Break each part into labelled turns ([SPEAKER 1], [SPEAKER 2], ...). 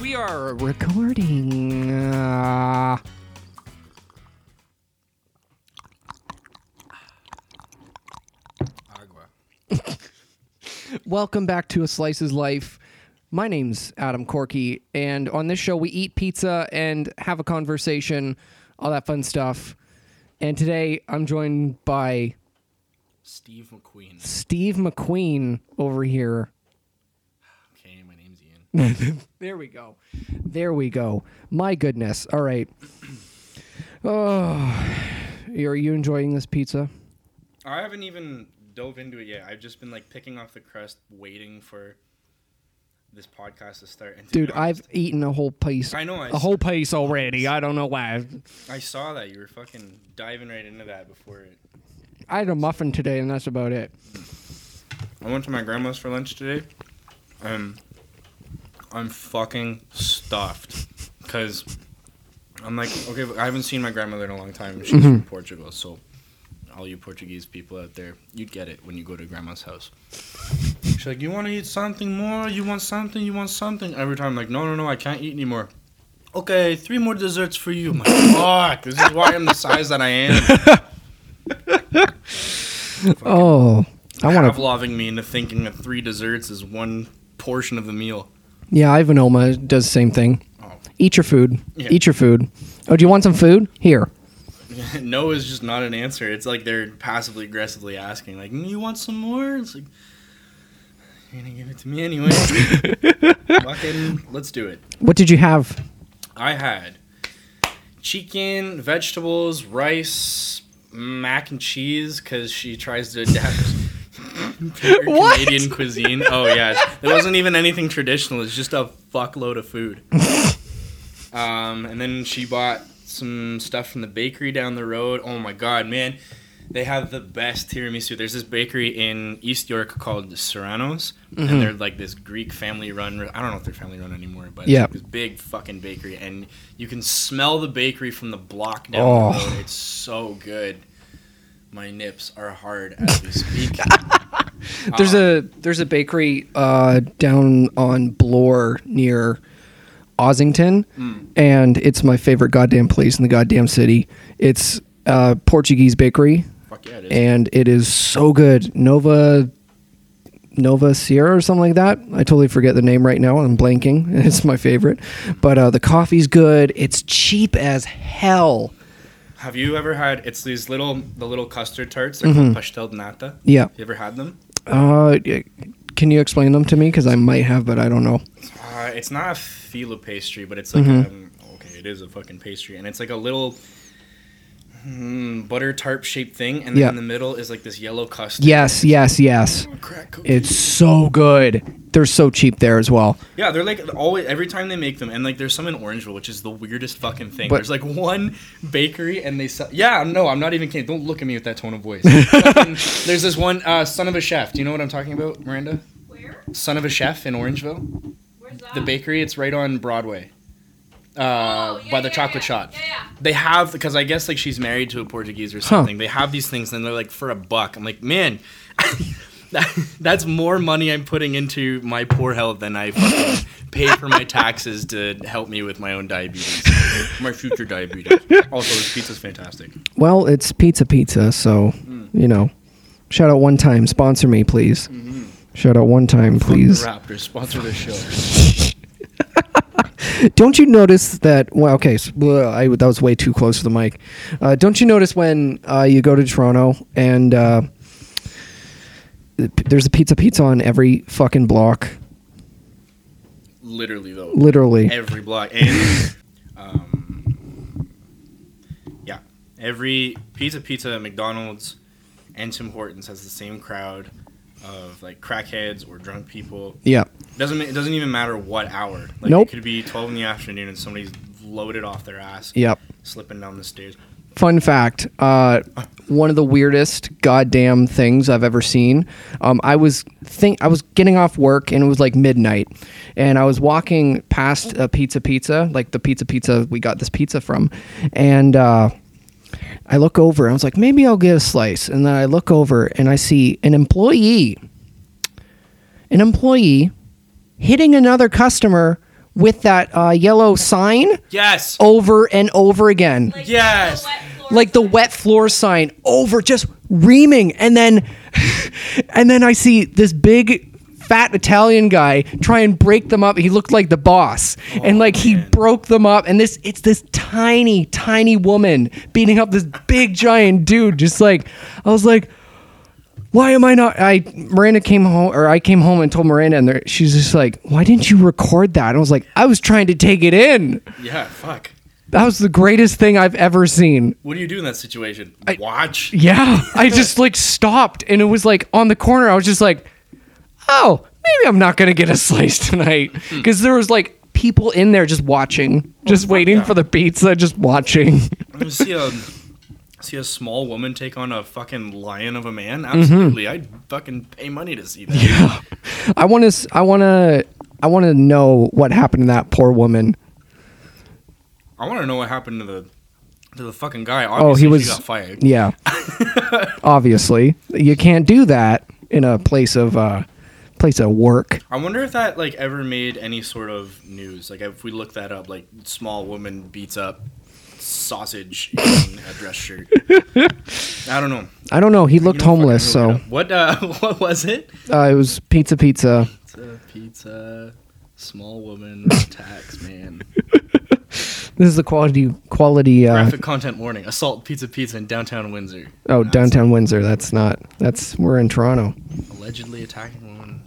[SPEAKER 1] We are recording. Uh,
[SPEAKER 2] Agua.
[SPEAKER 1] welcome back to A Slice's Life. My name's Adam Corky, and on this show, we eat pizza and have a conversation, all that fun stuff. And today, I'm joined by
[SPEAKER 2] Steve McQueen.
[SPEAKER 1] Steve McQueen over here.
[SPEAKER 2] Okay, my name's Ian.
[SPEAKER 1] There we go. There we go. My goodness. All right. Oh, are you enjoying this pizza?
[SPEAKER 2] I haven't even dove into it yet. I've just been like picking off the crust, waiting for this podcast to start. And to be
[SPEAKER 1] Dude, I've
[SPEAKER 2] honest,
[SPEAKER 1] eaten a whole piece.
[SPEAKER 2] I know, I
[SPEAKER 1] a whole piece already. I don't know why.
[SPEAKER 2] I saw that you were fucking diving right into that before it.
[SPEAKER 1] I had a muffin today, and that's about it.
[SPEAKER 2] I went to my grandma's for lunch today, and I'm fucking stuffed because I'm like, okay, but I haven't seen my grandmother in a long time. She's from Portugal, so all you Portuguese people out there, you'd get it when you go to grandma's house. She's like, you want to eat something more? You want something? You want something? Every time, I'm like, no, no, no, I can't eat anymore. Okay, three more desserts for you. I'm like, fuck, this is why I'm the size that I am.
[SPEAKER 1] Oh, I want to.
[SPEAKER 2] Pavloving me into thinking that three desserts is one portion of the meal.
[SPEAKER 1] Yeah, Ivanoma does the same thing.
[SPEAKER 2] Oh.
[SPEAKER 1] Eat your food.
[SPEAKER 2] Yeah.
[SPEAKER 1] Eat your food. Oh, do you want some food? Here.
[SPEAKER 2] no is just not an answer. It's like they're passively aggressively asking, like, "Mm, "You want some more?" It's like, "You're gonna give it to me anyway." Fucking, let's do it.
[SPEAKER 1] What did you have?
[SPEAKER 2] I had chicken, vegetables, rice, mac and cheese because she tries to adapt. her
[SPEAKER 1] What?
[SPEAKER 2] Canadian cuisine. Oh yeah, it wasn't even anything traditional. It's just a fuckload of food. Um, and then she bought some stuff from the bakery down the road. Oh my god, man, they have the best tiramisu. There's this bakery in East York called Serrano's,
[SPEAKER 1] Mm-hmm.
[SPEAKER 2] and they're like this Greek family-run. I don't know if they're family-run anymore, but
[SPEAKER 1] Yeah.
[SPEAKER 2] yeah. this big fucking bakery, and you can smell the bakery from the block down the
[SPEAKER 1] Oh.
[SPEAKER 2] road. It's so good. My nips are hard as we speak.
[SPEAKER 1] There's a there's a bakery uh, down on Bloor near Ossington, and it's my favorite goddamn place in the goddamn city. It's a Portuguese bakery,
[SPEAKER 2] Fuck yeah, it is.
[SPEAKER 1] and it is so good. Nova Nova Sierra or something like that. I totally forget the name right now. I'm blanking. It's my favorite, but uh, the coffee's good. It's cheap as hell.
[SPEAKER 2] Have you ever had? It's these little the little custard tarts. They're
[SPEAKER 1] Mm-hmm.
[SPEAKER 2] called pastel de nata.
[SPEAKER 1] Yeah.
[SPEAKER 2] You ever had them?
[SPEAKER 1] Uh, can you explain them to me? Because I might have, but I don't know.
[SPEAKER 2] Uh, it's not a filo pastry, but it's like um, okay, it is a fucking pastry, and it's like a little mm, butter tarp shaped thing, and then
[SPEAKER 1] Yeah.
[SPEAKER 2] in the middle is like this yellow custard.
[SPEAKER 1] Yes, yes, yes.
[SPEAKER 2] Crack cookie.
[SPEAKER 1] It's so good. They're so cheap there as well.
[SPEAKER 2] yeah, they're like always every time they make them, and like there's some in Orangeville, which is the weirdest fucking thing.
[SPEAKER 1] But-
[SPEAKER 2] there's like one bakery, and they sell. Yeah, no, I'm not even kidding. Don't look at me with that tone of voice. Fucking- there's this one uh, son of a chef. Do you know what I'm talking about, Miranda?
[SPEAKER 3] Where?
[SPEAKER 2] Son of a chef in Orangeville,
[SPEAKER 3] Where's that?
[SPEAKER 2] the bakery. It's right on Broadway, uh,
[SPEAKER 3] Oh, yeah,
[SPEAKER 2] by the
[SPEAKER 3] yeah,
[SPEAKER 2] chocolate
[SPEAKER 3] yeah.
[SPEAKER 2] shop.
[SPEAKER 3] Yeah, yeah.
[SPEAKER 2] they have because I guess like she's married to a Portuguese or something. They have these things and they're like for a buck. I'm like, man, that, that's more money I'm putting into my poor health than I fucking pay for my taxes to help me with my own diabetes, my future diabetes. Also, this pizza's fantastic.
[SPEAKER 1] Well, it's Pizza Pizza, so you know. Shout out one time, sponsor me, please. Shout out one time, please.
[SPEAKER 2] Raptors sponsor this show.
[SPEAKER 1] Don't you notice that? Well, okay, so, well, I, that was way too close to the mic. Uh, don't you notice when uh, you go to Toronto and uh, there's a Pizza Pizza on every fucking block,
[SPEAKER 2] Literally though,
[SPEAKER 1] literally.
[SPEAKER 2] every block and um, yeah, every pizza, pizza, McDonald's, and Tim Hortons has the same crowd of like crackheads or drunk people.
[SPEAKER 1] yeah.
[SPEAKER 2] Doesn't ma- it doesn't even matter what hour. Like
[SPEAKER 1] Nope.
[SPEAKER 2] it could be twelve in the afternoon and somebody's loaded off their ass.
[SPEAKER 1] Yep.
[SPEAKER 2] Slipping down the stairs.
[SPEAKER 1] Fun fact: uh, one of the weirdest goddamn things I've ever seen. Um, I was think I was getting off work and it was like midnight, and I was walking past a pizza pizza, like the pizza pizza we got this pizza from, and uh, I look over and I was like, maybe I'll get a slice, and then I look over and I see an employee, an employee, hitting another customer with that uh, yellow sign
[SPEAKER 2] Yes.
[SPEAKER 1] over and over again.
[SPEAKER 3] Like,
[SPEAKER 2] Yes.
[SPEAKER 3] The wet floor
[SPEAKER 1] Like the wet floor sign over just reaming and then and then I see this big fat Italian guy try and break them up. He looked like the boss. and like he
[SPEAKER 2] man.
[SPEAKER 1] broke them up and this it's this tiny tiny woman beating up this big giant dude just like I was like why am I not? I Miranda came home, or I came home and told Miranda, and there- she's just like, "Why didn't you record that?" And I was like, "I was trying to take it in.
[SPEAKER 2] Yeah. Fuck.
[SPEAKER 1] That was the greatest thing I've ever seen."
[SPEAKER 2] What do you do in that situation? Watch.
[SPEAKER 1] Yeah, I just like stopped, and it was like on the corner. I was just like, "Oh, maybe I'm not gonna get a slice tonight,"
[SPEAKER 2] Hmm.
[SPEAKER 1] because there was like people in there just watching, just waiting
[SPEAKER 2] yeah.
[SPEAKER 1] for the pizza, just watching.
[SPEAKER 2] I'm gonna see a see a small woman take on a fucking lion of a man. Absolutely.
[SPEAKER 1] Mm-hmm.
[SPEAKER 2] I'd fucking pay money to see that.
[SPEAKER 1] I want to. I want to. I want to know what happened to that poor woman.
[SPEAKER 2] I want to know what happened to the to the fucking guy.
[SPEAKER 1] Oh,
[SPEAKER 2] Obviously,
[SPEAKER 1] he
[SPEAKER 2] she
[SPEAKER 1] was
[SPEAKER 2] got fired.
[SPEAKER 1] Yeah. Obviously, you can't do that in a place of uh, place of work.
[SPEAKER 2] I wonder if that like ever made any sort of news. Like if we look that up, like small woman beats up sausage in a dress shirt. I don't know.
[SPEAKER 1] I don't know. He looked
[SPEAKER 2] You know,
[SPEAKER 1] homeless,
[SPEAKER 2] fucking look
[SPEAKER 1] so
[SPEAKER 2] it up. what? Uh, what was it?
[SPEAKER 1] uh, it was pizza, pizza.
[SPEAKER 2] Pizza, pizza, small woman attacks man.
[SPEAKER 1] This is the quality quality. Uh,
[SPEAKER 2] Graphic content warning: assault pizza pizza in downtown Windsor.
[SPEAKER 1] oh, downtown Windsor. That's not. That's we're in Toronto.
[SPEAKER 2] Allegedly attacking woman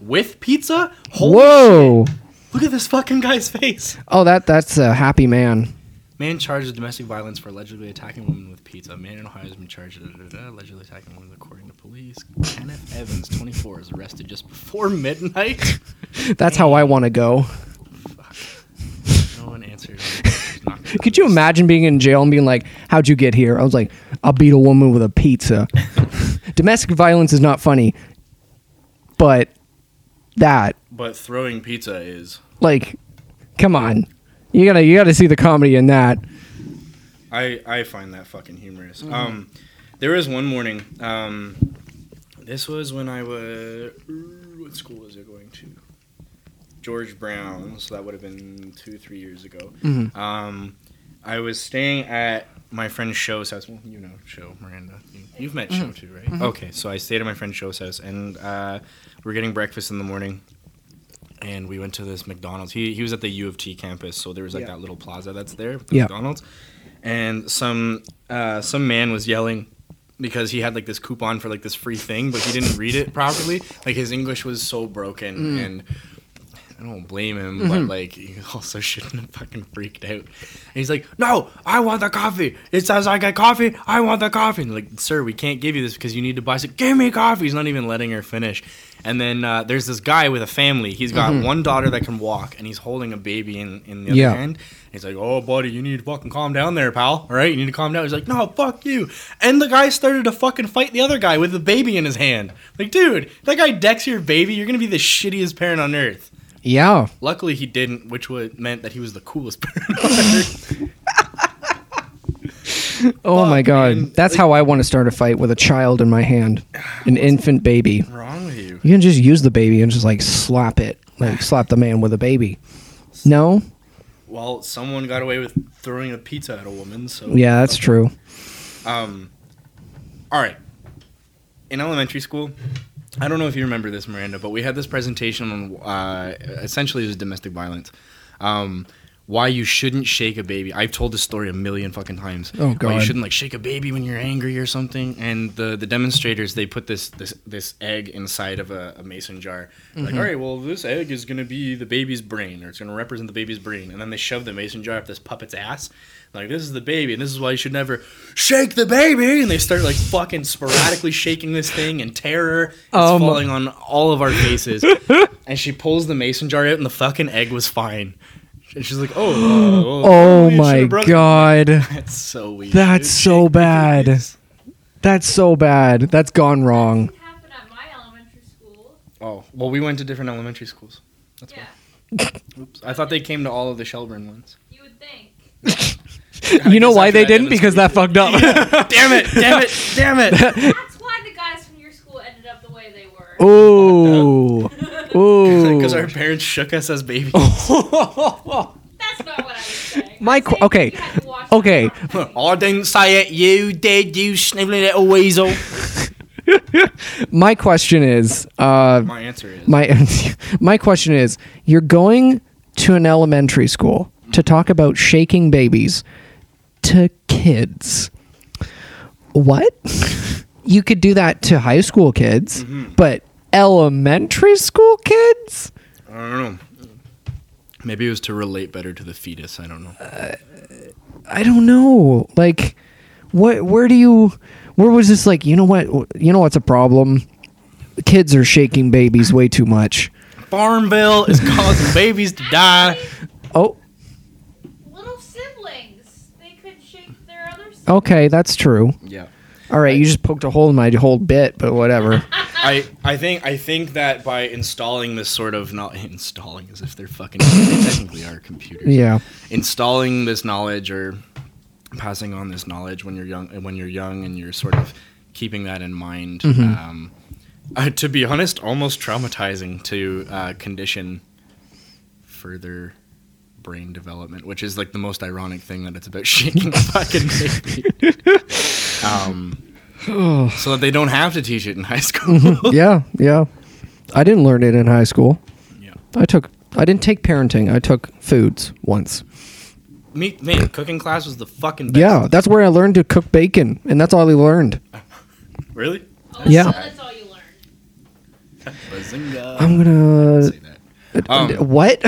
[SPEAKER 2] with pizza. Holy
[SPEAKER 1] Whoa!
[SPEAKER 2] shit. Look at this fucking guy's face.
[SPEAKER 1] Oh, that that's a happy man.
[SPEAKER 2] Man charged with domestic violence for allegedly attacking women with pizza. Man in Ohio has been charged with uh, allegedly attacking women, according to police. Kenneth Evans, 24, is arrested just before midnight.
[SPEAKER 1] That's how I want to go.
[SPEAKER 2] No one answered.
[SPEAKER 1] Could you imagine being in jail and being like, "How'd you get here?" I was like, "I beat a woman with a pizza." Domestic violence is not funny, but that
[SPEAKER 2] But throwing pizza is.
[SPEAKER 1] like come on you gotta you gotta see the comedy in that
[SPEAKER 2] I, I find that fucking humorous. Um, there was one morning. Um, this was when I was. What school was I going to? George Brown. So that would have been two, three years ago.
[SPEAKER 1] Mhm.
[SPEAKER 2] Um, I was staying at my friend Show's house. Well, you know Show, Miranda. You, you've met
[SPEAKER 1] Mm-hmm.
[SPEAKER 2] Show too, right? Okay, so I stayed at my friend Show's house, and uh, we're getting breakfast in the morning. And we went to this McDonald's. He, he was at the U of T campus, so there was like
[SPEAKER 1] Yeah.
[SPEAKER 2] that little plaza that's there, with the
[SPEAKER 1] Yeah.
[SPEAKER 2] McDonald's. And some uh, some man was yelling because he had like this coupon for like this free thing, but he didn't read it properly. Like his English was so broken,
[SPEAKER 1] Mm.
[SPEAKER 2] and I don't blame him, but like he also shouldn't have fucking freaked out. And he's like, "No, I want the coffee. It says I get coffee. I want the coffee." And like, sir, we can't give you this because you need to buy. Some- give me coffee. He's not even letting her finish. And then uh, there's this guy with a family. He's got one daughter that can walk, and he's holding a baby in, in the other
[SPEAKER 1] Yeah.
[SPEAKER 2] hand. He's like, "Oh, buddy, you need to fucking calm down there, pal. All right, you need to calm down." He's like, "No, fuck you." And the guy started to fucking fight the other guy with the baby in his hand. Like, dude, that guy decks your baby. You're gonna be the shittiest parent on earth.
[SPEAKER 1] yeah
[SPEAKER 2] Luckily, he didn't, which would meant that he was the coolest parent. on earth.
[SPEAKER 1] oh my
[SPEAKER 2] Fuck,
[SPEAKER 1] god
[SPEAKER 2] man.
[SPEAKER 1] that's how i want to start a fight with a child in my hand an infant baby
[SPEAKER 2] wrong with you?
[SPEAKER 1] you can just use the baby and just like slap it like slap the man with a baby no
[SPEAKER 2] Well, someone got away with throwing a pizza at a woman. So
[SPEAKER 1] yeah that's true
[SPEAKER 2] Um, all right. In elementary school, I don't know if you remember this, Miranda, but we had this presentation on uh, essentially it was domestic violence. Um, why you shouldn't shake a baby. I've told this story a million fucking times.
[SPEAKER 1] Oh,
[SPEAKER 2] Why you
[SPEAKER 1] God.
[SPEAKER 2] shouldn't like shake a baby when you're angry or something. And the the demonstrators they put this this this egg inside of a, a mason jar. They're
[SPEAKER 1] Mm-hmm.
[SPEAKER 2] Like, all right, well this egg is gonna be the baby's brain, or it's gonna represent the baby's brain. And then they shove the mason jar up this puppet's ass. Like this is the baby, and this is why you should never shake the baby. And they start like fucking sporadically shaking this thing, and terror is
[SPEAKER 1] Um,
[SPEAKER 2] falling on all of our faces. and she pulls the mason jar out, and the fucking egg was fine. And she's like, "Oh, oh,
[SPEAKER 1] oh
[SPEAKER 2] you should've
[SPEAKER 1] my
[SPEAKER 2] broken-"
[SPEAKER 1] god
[SPEAKER 2] that's so weird.
[SPEAKER 1] that's so bad that's so bad that's gone wrong
[SPEAKER 3] didn't happen at my elementary school.
[SPEAKER 2] Oh well, we went to different elementary schools. That's
[SPEAKER 3] yeah,
[SPEAKER 2] why. Oops. I thought they came to all of the Shelburne ones.
[SPEAKER 3] you would think.
[SPEAKER 1] you know
[SPEAKER 2] guess
[SPEAKER 1] why
[SPEAKER 2] after
[SPEAKER 1] they
[SPEAKER 2] that
[SPEAKER 1] didn't because that fucked up
[SPEAKER 2] damn it! Damn it! Damn it!
[SPEAKER 3] That's why
[SPEAKER 1] Oh.
[SPEAKER 3] the guys from your school ended up the way they were.
[SPEAKER 1] ooh ooh
[SPEAKER 2] Because our parents parents shook us as babies.
[SPEAKER 1] Oh.
[SPEAKER 3] That's not what I was saying.
[SPEAKER 1] My
[SPEAKER 3] I'm
[SPEAKER 1] qu-
[SPEAKER 3] saying
[SPEAKER 1] okay.
[SPEAKER 3] you had to watch
[SPEAKER 1] Okay.
[SPEAKER 3] the property.
[SPEAKER 2] I didn't say it. You did. You sniveling little weasel.
[SPEAKER 1] my question is, uh,
[SPEAKER 2] My answer is
[SPEAKER 1] my my question is, you're going to an elementary school to talk about shaking babies to kids. What? You could do that to high school kids, but elementary school kids?
[SPEAKER 2] I don't know. Maybe it was to relate better to the fetus. I don't know.
[SPEAKER 1] I don't know. Like, what? Where do you? Where was this? Like, you know what? You know what's a problem? Kids are shaking babies way too much.
[SPEAKER 2] Farmville is causing babies to die.
[SPEAKER 1] Oh,
[SPEAKER 3] Little siblings. They could shake their other siblings.
[SPEAKER 1] okay, that's true.
[SPEAKER 2] Yeah.
[SPEAKER 1] All right, you just poked a hole in my whole bit, but whatever.
[SPEAKER 2] I, I think I think that by installing this sort of not installing as if they're fucking they technically are computers.
[SPEAKER 1] Yeah.
[SPEAKER 2] Installing this knowledge or passing on this knowledge when you're young when you're young and you're sort of keeping that in mind. Um, uh, to be honest, almost traumatizing to uh, condition further brain development, which is like the most ironic thing that it's about shaking a fucking baby. um, so that they don't have to teach it in high school.
[SPEAKER 1] yeah, yeah. I didn't learn it in high school.
[SPEAKER 2] Yeah.
[SPEAKER 1] I took. I didn't take parenting. I took foods once.
[SPEAKER 2] Me, man, cooking class was the fucking best.
[SPEAKER 1] Yeah, that's where I learned to cook bacon, and that's all I learned.
[SPEAKER 2] Really?
[SPEAKER 3] Oh,
[SPEAKER 1] Yeah.
[SPEAKER 3] So that's all you learned.
[SPEAKER 2] Bazinga.
[SPEAKER 1] I'm gonna. uh,
[SPEAKER 2] Say that. Um,
[SPEAKER 1] what?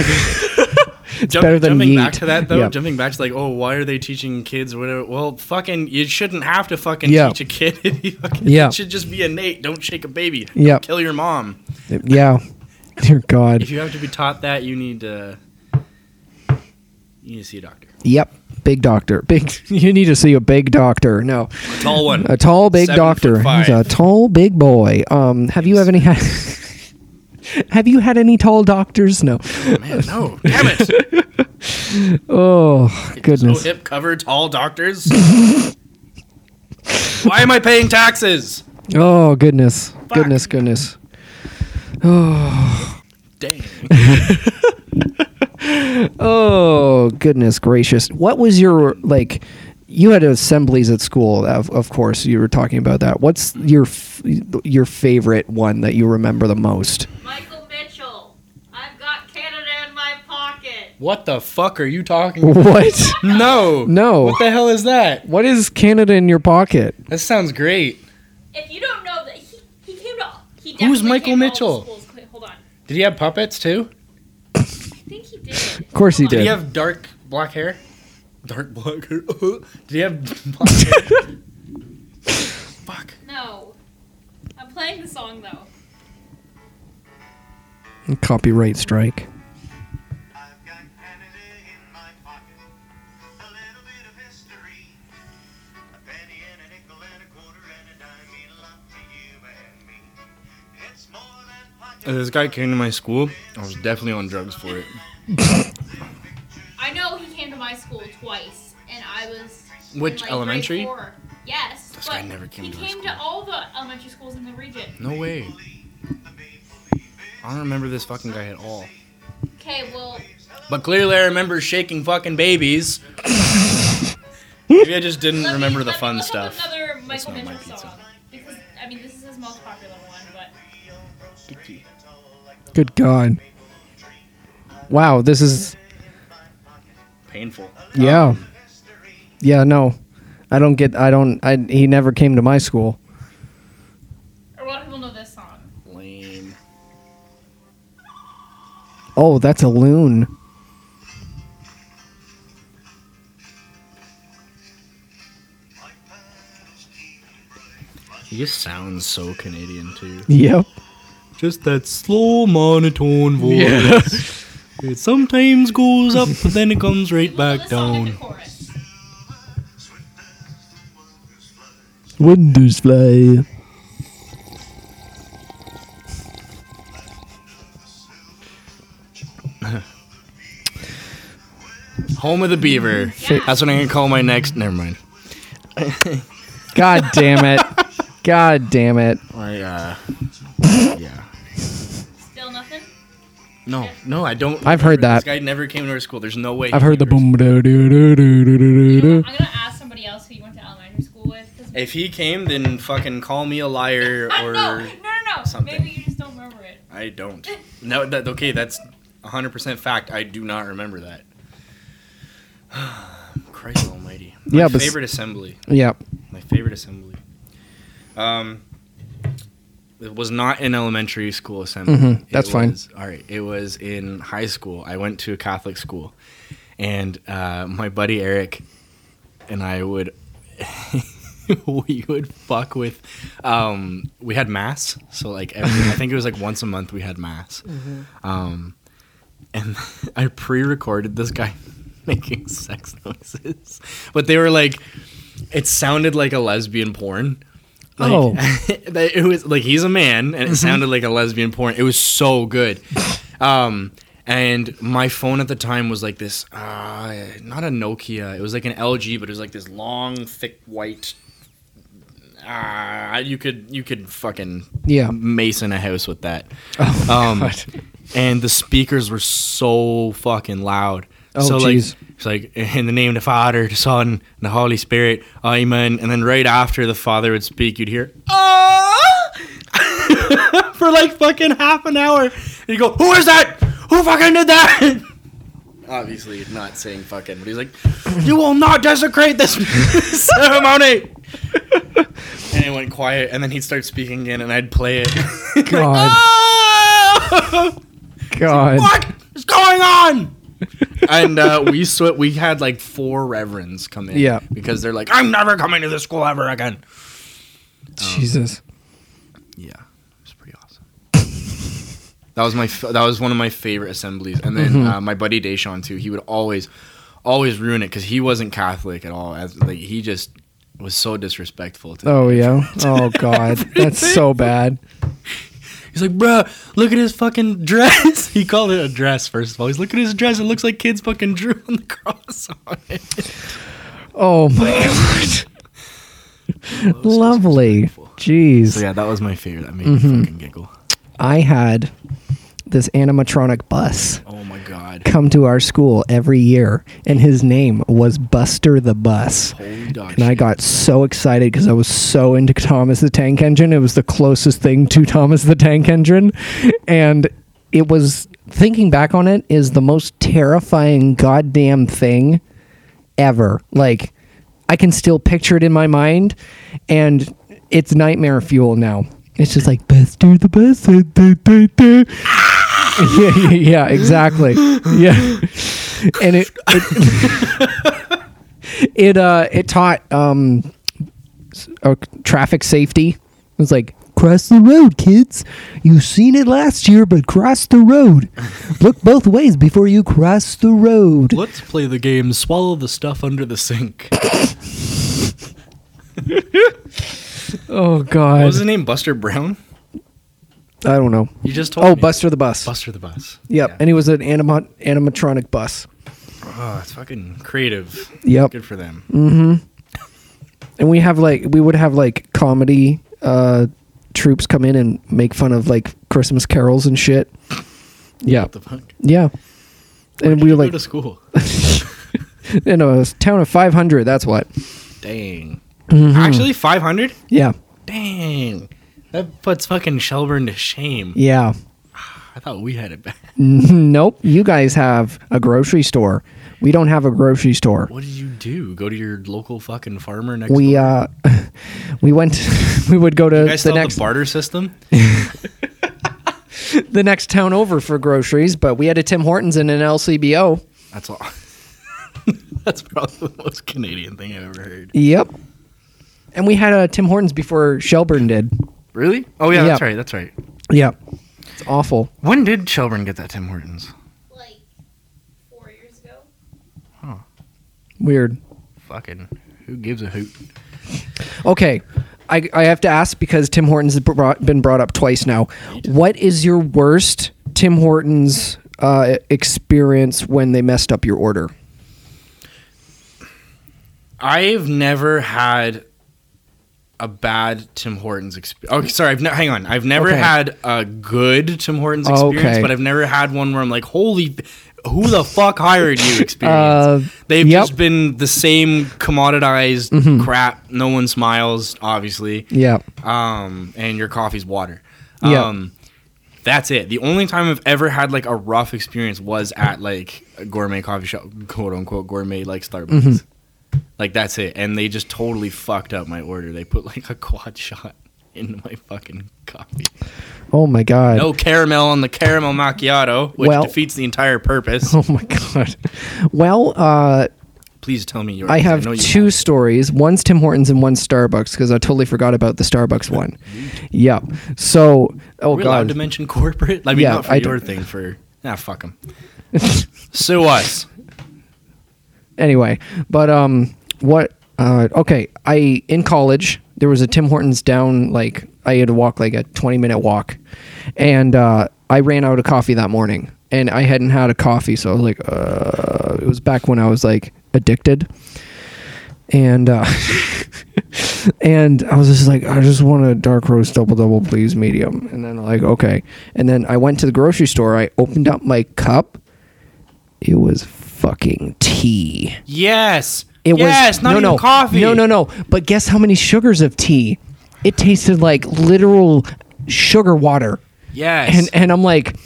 [SPEAKER 2] jump-
[SPEAKER 1] better than
[SPEAKER 2] jumping back
[SPEAKER 1] yeet.
[SPEAKER 2] to that though,
[SPEAKER 1] Yeah.
[SPEAKER 2] jumping back to like, oh, why are they teaching kids or whatever? Well, fucking, you shouldn't have to fucking
[SPEAKER 1] Yeah.
[SPEAKER 2] teach a kid. if you fucking,
[SPEAKER 1] Yeah.
[SPEAKER 2] it should just be innate. Don't shake a baby. Don't
[SPEAKER 1] Yeah.
[SPEAKER 2] kill your mom.
[SPEAKER 1] yeah. Dear God.
[SPEAKER 2] If you have to be taught that, you need to you need to see a doctor.
[SPEAKER 1] Yep. Big doctor. Big. You need to see a big doctor. No,
[SPEAKER 2] A tall one.
[SPEAKER 1] a tall big
[SPEAKER 2] Seven
[SPEAKER 1] doctor.
[SPEAKER 2] foot
[SPEAKER 1] He's a
[SPEAKER 2] five.
[SPEAKER 1] tall big boy. Um, have you have any had? have you had any tall doctors? No.
[SPEAKER 2] Man, no, damn it!
[SPEAKER 1] Oh
[SPEAKER 2] No
[SPEAKER 1] goodness.
[SPEAKER 2] hip cover, tall doctors. Why am I paying taxes?
[SPEAKER 1] Oh goodness.
[SPEAKER 2] Fuck.
[SPEAKER 1] Goodness. Goodness.
[SPEAKER 2] Dang.
[SPEAKER 1] Oh goodness gracious! What was your like? You had assemblies at school, of, of course. You were talking about that. What's your f- your favorite one that you remember the most?
[SPEAKER 3] Michael Mitchell. I've got Canada in my pocket.
[SPEAKER 2] What the fuck are you talking about?
[SPEAKER 1] What?
[SPEAKER 2] No.
[SPEAKER 1] No.
[SPEAKER 2] What the hell is that?
[SPEAKER 1] What is Canada in your pocket?
[SPEAKER 2] That sounds great.
[SPEAKER 3] If you don't know that he, he came to all- he
[SPEAKER 2] Who's
[SPEAKER 3] definitely
[SPEAKER 2] Michael
[SPEAKER 3] came to all the
[SPEAKER 2] Mitchell?
[SPEAKER 3] schools. Wait, Hold on.
[SPEAKER 2] Did he have puppets too?
[SPEAKER 3] I think he did. Of
[SPEAKER 1] course he
[SPEAKER 2] Did he
[SPEAKER 1] Yeah.
[SPEAKER 2] have dark black hair? Dark black hair. Did he have black hair? Fuck.
[SPEAKER 3] No. I'm playing the song though.
[SPEAKER 1] Copyright strike.
[SPEAKER 4] I've got Canada in my pocket, a little bit of history, a penny and a nickel and a quarter and a dime mean a lot to you and me. It's more than pocket.
[SPEAKER 2] Uh, This guy came to my school. I was definitely on drugs for it.
[SPEAKER 3] I know he came to my school twice, and I was. in,
[SPEAKER 2] Which
[SPEAKER 3] like,
[SPEAKER 2] elementary?
[SPEAKER 3] grade four. Yes.
[SPEAKER 2] This
[SPEAKER 3] but
[SPEAKER 2] guy never came
[SPEAKER 3] He
[SPEAKER 2] to my
[SPEAKER 3] came
[SPEAKER 2] school.
[SPEAKER 3] to all the elementary schools in the region.
[SPEAKER 2] No way. I don't remember this fucking guy at all.
[SPEAKER 3] Okay, well,
[SPEAKER 2] But clearly, I remember shaking fucking babies. Maybe I just didn't
[SPEAKER 3] let me-
[SPEAKER 2] remember the
[SPEAKER 3] let me
[SPEAKER 2] fun
[SPEAKER 3] look up
[SPEAKER 2] stuff.
[SPEAKER 3] Another
[SPEAKER 2] That's
[SPEAKER 3] Michael
[SPEAKER 2] not my
[SPEAKER 3] Mitchell
[SPEAKER 2] pizza.
[SPEAKER 3] song. Because I mean, this is his most popular one, but
[SPEAKER 1] Good God. Wow, this is
[SPEAKER 2] Painful.
[SPEAKER 1] yeah, yeah. No, I don't get. I don't. I he never came to my school.
[SPEAKER 3] a lot of people know this song.
[SPEAKER 2] Lame.
[SPEAKER 1] Oh, that's a loon.
[SPEAKER 2] He just sounds so Canadian too.
[SPEAKER 1] Yep.
[SPEAKER 2] Just that slow monotone voice. It sometimes goes up, but then it comes right
[SPEAKER 3] People know
[SPEAKER 2] back
[SPEAKER 3] this song at
[SPEAKER 2] down.
[SPEAKER 3] the chorus.
[SPEAKER 1] Windows fly.
[SPEAKER 2] Home of the Beaver. That's what I'm gonna call my next. Never mind.
[SPEAKER 1] God damn it. God damn it.
[SPEAKER 2] I uh. Yeah.
[SPEAKER 3] Still nothing.
[SPEAKER 2] No, no, I don't.
[SPEAKER 1] I've heard
[SPEAKER 2] remember.
[SPEAKER 1] that.
[SPEAKER 2] This guy never came to our school. There's no way.
[SPEAKER 1] I've
[SPEAKER 2] he
[SPEAKER 1] heard the
[SPEAKER 2] came to
[SPEAKER 1] boom da
[SPEAKER 2] our
[SPEAKER 1] doo doo doo doo
[SPEAKER 3] You know
[SPEAKER 1] doo
[SPEAKER 3] what?
[SPEAKER 1] doo.
[SPEAKER 3] I'm gonna ask somebody else who you went to elementary school with. 'cause-
[SPEAKER 2] school. If he came, then fucking call me a liar
[SPEAKER 3] I
[SPEAKER 2] or
[SPEAKER 3] no, no, no, no.
[SPEAKER 2] something.
[SPEAKER 3] Maybe you just don't remember it.
[SPEAKER 2] I don't. No, that okay. That's 100 percent fact. I do not remember that. Christ Almighty. My
[SPEAKER 1] Yeah, but s-
[SPEAKER 2] favorite assembly.
[SPEAKER 1] Yeah.
[SPEAKER 2] My favorite assembly. Um, it was not an elementary school assembly.
[SPEAKER 1] Mhm,
[SPEAKER 2] It
[SPEAKER 1] that's fine.
[SPEAKER 2] was- All right, it was in high school. I went to a Catholic school, and uh, my buddy Eric and I would we would fuck with. Um, we had mass, so like every, I think it was like once a month we had mass.
[SPEAKER 1] Mm.
[SPEAKER 2] Um, and I pre-recorded this guy making sex noises, but they were like, it sounded like a lesbian porn. Like,
[SPEAKER 1] Oh. Mm-hmm.
[SPEAKER 2] that- it was like he's a man, and it sounded like a lesbian porn. It was so good. Um, and my phone at the time was like this, uh, not a Nokia. It was like an LG, but it was like this long, thick white. Uh, you could you could fucking
[SPEAKER 1] Yeah.
[SPEAKER 2] mason a house with that
[SPEAKER 1] Oh,
[SPEAKER 2] Um,
[SPEAKER 1] God.
[SPEAKER 2] and the speakers were so fucking loud.
[SPEAKER 1] Oh,
[SPEAKER 2] so like,
[SPEAKER 1] jeez.
[SPEAKER 2] it's like in the name of the Father, the Son, and the Holy Spirit, Amen. And then right after the Father would speak, you'd hear "Ah!" for like fucking half an hour, and you go, "Who is that? Who fucking did that?" Obviously, not saying fucking, but he's like, "You will not desecrate this ceremony." and it went quiet, and then he'd start speaking again, and I'd play it. Like,
[SPEAKER 1] God.
[SPEAKER 2] "Ah!"
[SPEAKER 1] God.
[SPEAKER 2] what is going on? and uh, we sw- we had like four reverends come in.
[SPEAKER 1] Yeah.
[SPEAKER 2] Because they're like, I'm never coming to this school ever again.
[SPEAKER 1] Um, Jesus.
[SPEAKER 2] Yeah, it's pretty awesome. that was my f- that was one of my favorite assemblies. And then
[SPEAKER 1] Mm-hmm.
[SPEAKER 2] uh, my buddy Deshawn too. He would always always ruin it because he wasn't Catholic at all. As like he just was so disrespectful to
[SPEAKER 1] Oh yeah. Oh God. That's so bad.
[SPEAKER 2] He's like, bruh, look at his fucking dress. he called it a dress, first of all. He's look at his dress. It looks like kids fucking drew on the cross on it.
[SPEAKER 1] Oh my God. Lovely.
[SPEAKER 2] So
[SPEAKER 1] Jeez.
[SPEAKER 2] yeah, that was my favorite. That made
[SPEAKER 1] Mm-hmm.
[SPEAKER 2] me fucking giggle.
[SPEAKER 1] I had this animatronic bus
[SPEAKER 2] Oh my god.
[SPEAKER 1] come to our school every year, and his name was Buster the Bus.
[SPEAKER 2] Holy dog.
[SPEAKER 1] And I
[SPEAKER 2] shit.
[SPEAKER 1] got so excited because I was so into Thomas the Tank Engine. It was the closest thing to Thomas the Tank Engine. And it was, thinking back on it, is the most terrifying goddamn thing ever. Like, I can still picture it in my mind, and it's nightmare fuel now. It's just like, Buster the Bus. da, da, da, da." yeah, yeah, yeah, exactly. Yeah. And it, it it uh it taught um s- uh, traffic safety. It was like cross the road, kids. You seen it last year, but cross the road. Look both ways before you cross the road.
[SPEAKER 2] Let's play the game Swallow the Stuff Under the Sink. what
[SPEAKER 1] Oh God,
[SPEAKER 2] was his name? Buster Brown?
[SPEAKER 1] I don't know.
[SPEAKER 2] You just told
[SPEAKER 1] Oh,
[SPEAKER 2] me.
[SPEAKER 1] Buster the bus.
[SPEAKER 2] Buster the Bus.
[SPEAKER 1] Yep, and he was an animo- animatronic bus.
[SPEAKER 2] Oh, it's fucking creative.
[SPEAKER 1] Yep, Mm.
[SPEAKER 2] Good for them.
[SPEAKER 1] and we have like we would have like comedy uh troops come in and make fun of like Christmas carols and shit. Yeah,
[SPEAKER 2] What the fuck?
[SPEAKER 1] yeah, and we
[SPEAKER 2] You
[SPEAKER 1] were like
[SPEAKER 2] go to school.
[SPEAKER 1] in a town of 500 that's what
[SPEAKER 2] Dang.
[SPEAKER 1] Mm-hmm.
[SPEAKER 2] Actually, 500?
[SPEAKER 1] yeah
[SPEAKER 2] Dang. That puts fucking Shelburne to shame.
[SPEAKER 1] yeah
[SPEAKER 2] I thought we had it bad.
[SPEAKER 1] Hmm, nope you guys have a grocery store we don't have a grocery store
[SPEAKER 2] What did you do? Go to your local fucking farmer next
[SPEAKER 1] we
[SPEAKER 2] door?
[SPEAKER 1] uh we went we would go to
[SPEAKER 2] you guys
[SPEAKER 1] the
[SPEAKER 2] still have
[SPEAKER 1] next
[SPEAKER 2] the barter system?
[SPEAKER 1] the next town over for groceries but we had a tim hortons and an lcbo
[SPEAKER 2] That's all. That's probably the most Canadian thing I've ever heard.
[SPEAKER 1] yep and we had a tim hortons before shelburne did
[SPEAKER 2] Really? Oh yeah, that's
[SPEAKER 1] Yeah.
[SPEAKER 2] right. That's right.
[SPEAKER 1] yep it's awful
[SPEAKER 2] When did Shelburne get that Tim Hortons?
[SPEAKER 3] Like four years ago.
[SPEAKER 1] weird
[SPEAKER 2] Fucking who gives a hoot?
[SPEAKER 1] Okay. I, I have to ask because Tim Hortons has brought, been brought up twice now. What is your worst Tim Hortons uh, experience when they messed up your order?
[SPEAKER 2] I've never had a bad Tim Hortons experience. Okay, sorry. I've ne- hang on. I've never
[SPEAKER 1] Okay.
[SPEAKER 2] had a good Tim Hortons
[SPEAKER 1] Oh,
[SPEAKER 2] experience,
[SPEAKER 1] okay.
[SPEAKER 2] but I've never had one where I'm like, holy, who the fuck hired you? Experience.
[SPEAKER 1] Uh,
[SPEAKER 2] They've
[SPEAKER 1] yep.
[SPEAKER 2] just been the same commoditized crap. No one smiles, obviously.
[SPEAKER 1] Yeah.
[SPEAKER 2] Um, and your coffee's water.
[SPEAKER 1] Yeah.
[SPEAKER 2] Um, that's it. The only time I've ever had like a rough experience was at like a gourmet coffee shop, quote unquote gourmet like Starbucks.
[SPEAKER 1] Mm-hmm.
[SPEAKER 2] Like that's it. And they just totally fucked up my order. They put like a quad shot into my fucking coffee.
[SPEAKER 1] Oh my god.
[SPEAKER 2] No caramel on the caramel macchiato, which
[SPEAKER 1] Well-
[SPEAKER 2] defeats the entire purpose.
[SPEAKER 1] Oh my god. Well, uh,
[SPEAKER 2] Please tell me yours.
[SPEAKER 1] I have
[SPEAKER 2] know you
[SPEAKER 1] two stories. One's Tim Hortons and one's Starbucks because I totally forgot about the Starbucks one. Yep. So, oh
[SPEAKER 2] Are we allowed
[SPEAKER 1] god.
[SPEAKER 2] to mention corporate? I mean,
[SPEAKER 1] Yeah,
[SPEAKER 2] not for
[SPEAKER 1] I
[SPEAKER 2] your
[SPEAKER 1] don't-
[SPEAKER 2] thing. For ah, fuck them. Sue us.
[SPEAKER 1] anyway, but um, what? Uh, okay, I in college there was a Tim Hortons down. Like I had to walk like a twenty minute walk, and uh, I ran out of coffee that morning, and I hadn't had a coffee, so I was like, uh, it was back when I was like addicted, and. Uh, And I was just like, I just want a dark roast double double, please, medium. And then like, okay. And then I went to the grocery store. I opened up my cup. It was fucking tea.
[SPEAKER 2] Yes.
[SPEAKER 1] It
[SPEAKER 2] yes,
[SPEAKER 1] was
[SPEAKER 2] not
[SPEAKER 1] no,
[SPEAKER 2] even
[SPEAKER 1] no,
[SPEAKER 2] coffee.
[SPEAKER 1] No, no, no. But guess how many sugars of tea? It tasted like literal sugar water,
[SPEAKER 2] Yes.
[SPEAKER 1] and and I'm like,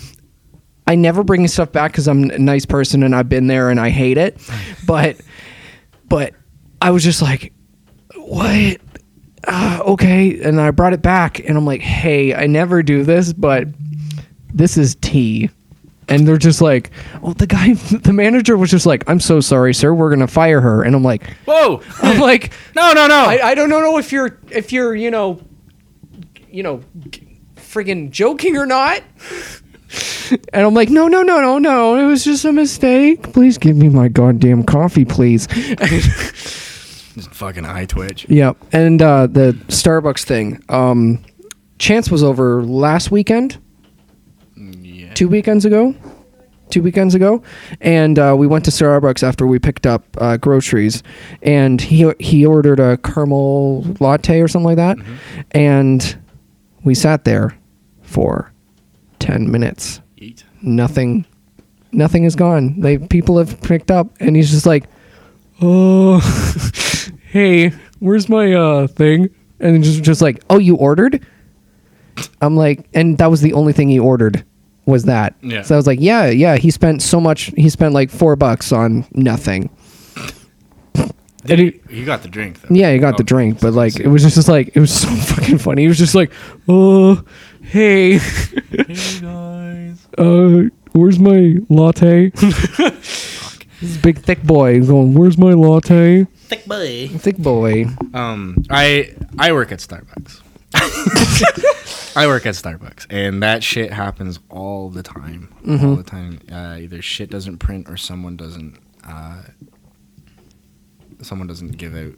[SPEAKER 1] I never bring stuff back because I'm a nice person and I've been there and I hate it, but but I was just like, what? Uh, okay, and I brought it back, and I'm like, hey, I never do this, but this is tea. And they're just like, oh, the guy, the manager was just like, I'm so sorry, sir, we're gonna fire her. And I'm like,
[SPEAKER 2] Whoa.
[SPEAKER 1] I'm like,
[SPEAKER 2] No, no, no.
[SPEAKER 1] I, I don't know if you're if you're you know, you know, g- friggin' joking or not. And I'm like, no, no, no, no, no. It was just a mistake. Please give me my goddamn coffee, please.
[SPEAKER 2] Just fucking eye twitch.
[SPEAKER 1] yeah. And uh, the Starbucks thing. Um, Chance was over last weekend.
[SPEAKER 2] Yeah.
[SPEAKER 1] two weekends ago, two weekends ago, and uh, we went to Starbucks after we picked up uh, groceries, and he he ordered a caramel latte or something like that, and we sat there for ten minutes.
[SPEAKER 2] Eat.
[SPEAKER 1] Nothing, nothing is gone. They people have picked up, and he's just like, oh, hey, where's my uh thing? And just just like, oh, you ordered? I'm like, and that was the only thing he ordered was that.
[SPEAKER 2] Yeah.
[SPEAKER 1] So I was like, yeah, yeah. He spent so much. He spent like four bucks on nothing.
[SPEAKER 2] Did
[SPEAKER 1] he-
[SPEAKER 2] he, Oh. you got the drink though.
[SPEAKER 1] Yeah, he got the
[SPEAKER 2] Okay.
[SPEAKER 1] drink, but like, it was just, just like it was so fucking funny. He was just like, oh, hey,
[SPEAKER 2] Hey guys.
[SPEAKER 1] uh, where's my latte? this big thick boy going, where's my latte?
[SPEAKER 2] Thick boy.
[SPEAKER 1] Thick boy.
[SPEAKER 2] Um, I I work at Starbucks. I work at Starbucks, and that shit happens all the time. All the time. Uh, either shit doesn't print, or someone doesn't. Uh, someone doesn't give out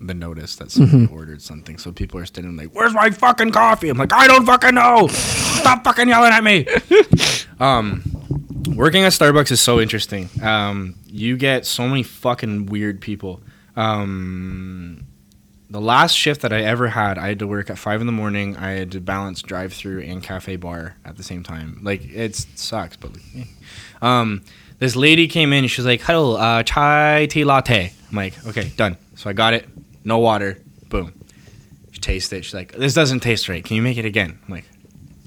[SPEAKER 2] the notice that someone ordered something. So people are standing like, "Where's my fucking coffee?" I'm like, "I don't fucking know. Stop fucking yelling at me." Um, Working at Starbucks is so interesting. Um, you get so many fucking weird people. Um, the last shift that I ever had, I had to work at five in the morning. I had to balance drive-through and cafe bar at the same time. Like it sucks, but like, eh. um, this lady came in. She's like, "Hello, uh, chai tea latte." I'm like, "Okay, done." So I got it. No water. Boom. She tastes it. She's like, "This doesn't taste right. Can you make it again?" I'm like,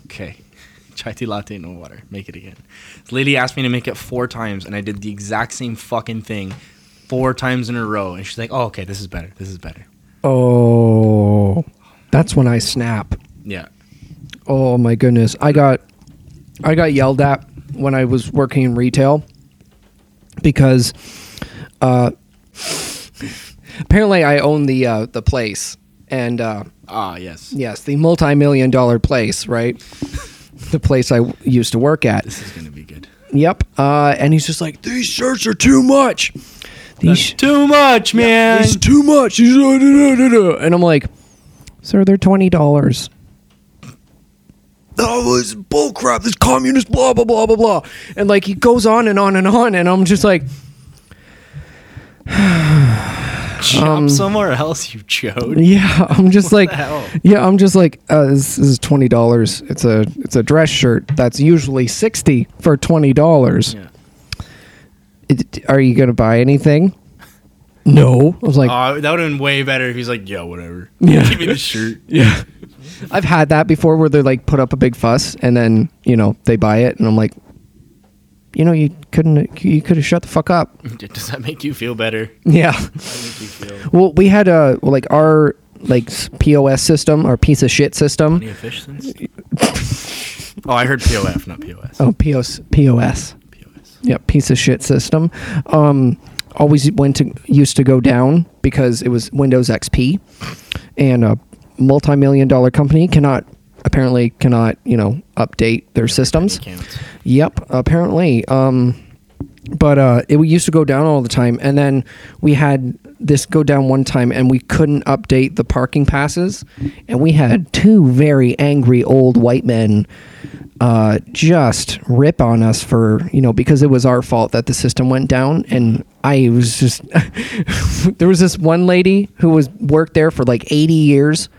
[SPEAKER 2] "Okay." Chai tea latte, no water. Make it again. This lady asked me to make it four times, and I did the exact same fucking thing four times in a row. And she's like, "Oh, okay, this is better. This is better."
[SPEAKER 1] Oh, that's when I snap.
[SPEAKER 2] Yeah.
[SPEAKER 1] Oh my goodness. I got I got yelled at when I was working in retail because uh apparently I own the uh the place and uh
[SPEAKER 2] Ah, yes.
[SPEAKER 1] yes, the multi-million dollar place, right? the place I w- used to work at.
[SPEAKER 2] This is gonna be good.
[SPEAKER 1] Yep. Uh and he's just like these shirts are too much. These sh-
[SPEAKER 2] Too much, man.
[SPEAKER 1] it's too much. He's like, "No, no, no, no." And I'm like, sir, they're twenty dollars. Oh, this is bull crap. This communist blah blah blah blah blah. And like he goes on and on and on, and I'm just like,
[SPEAKER 5] Shop somewhere else, you chode.
[SPEAKER 1] Yeah, I'm just like,
[SPEAKER 5] the hell?
[SPEAKER 1] yeah, I'm just like, uh, this, this is twenty dollars. It's a it's a dress shirt that's usually sixty for twenty dollars.
[SPEAKER 5] Yeah.
[SPEAKER 1] Are you gonna buy anything? No, I was like,
[SPEAKER 5] Uh, that would have been way better if he's like, yo, whatever.
[SPEAKER 1] Yeah.
[SPEAKER 5] Give me the shirt.
[SPEAKER 1] yeah. I've had that before where they like put up a big fuss and then you know they buy it and I'm like, you know, you couldn't, you could have shut the fuck up.
[SPEAKER 5] Does that make you feel better?
[SPEAKER 1] Yeah.
[SPEAKER 5] Make you feel
[SPEAKER 1] Well, we had a like our like s- POS system, our piece of shit system.
[SPEAKER 5] any efficiency? oh, I heard POF, not POS.
[SPEAKER 1] Oh, POS, POS.
[SPEAKER 5] POS.
[SPEAKER 1] Yeah, piece of shit system. Um, always went to used to go down because it was Windows XP, and a multi-million dollar company cannot apparently cannot you know update their systems.
[SPEAKER 5] Counts.
[SPEAKER 1] Yep, apparently. Um, but uh, it we used to go down all the time, and then we had this go down one time, and we couldn't update the parking passes, and we had two very angry old white men uh, just rip on us for you know because it was our fault that the system went down, and I was just there was this one lady who was worked there for like eighty years,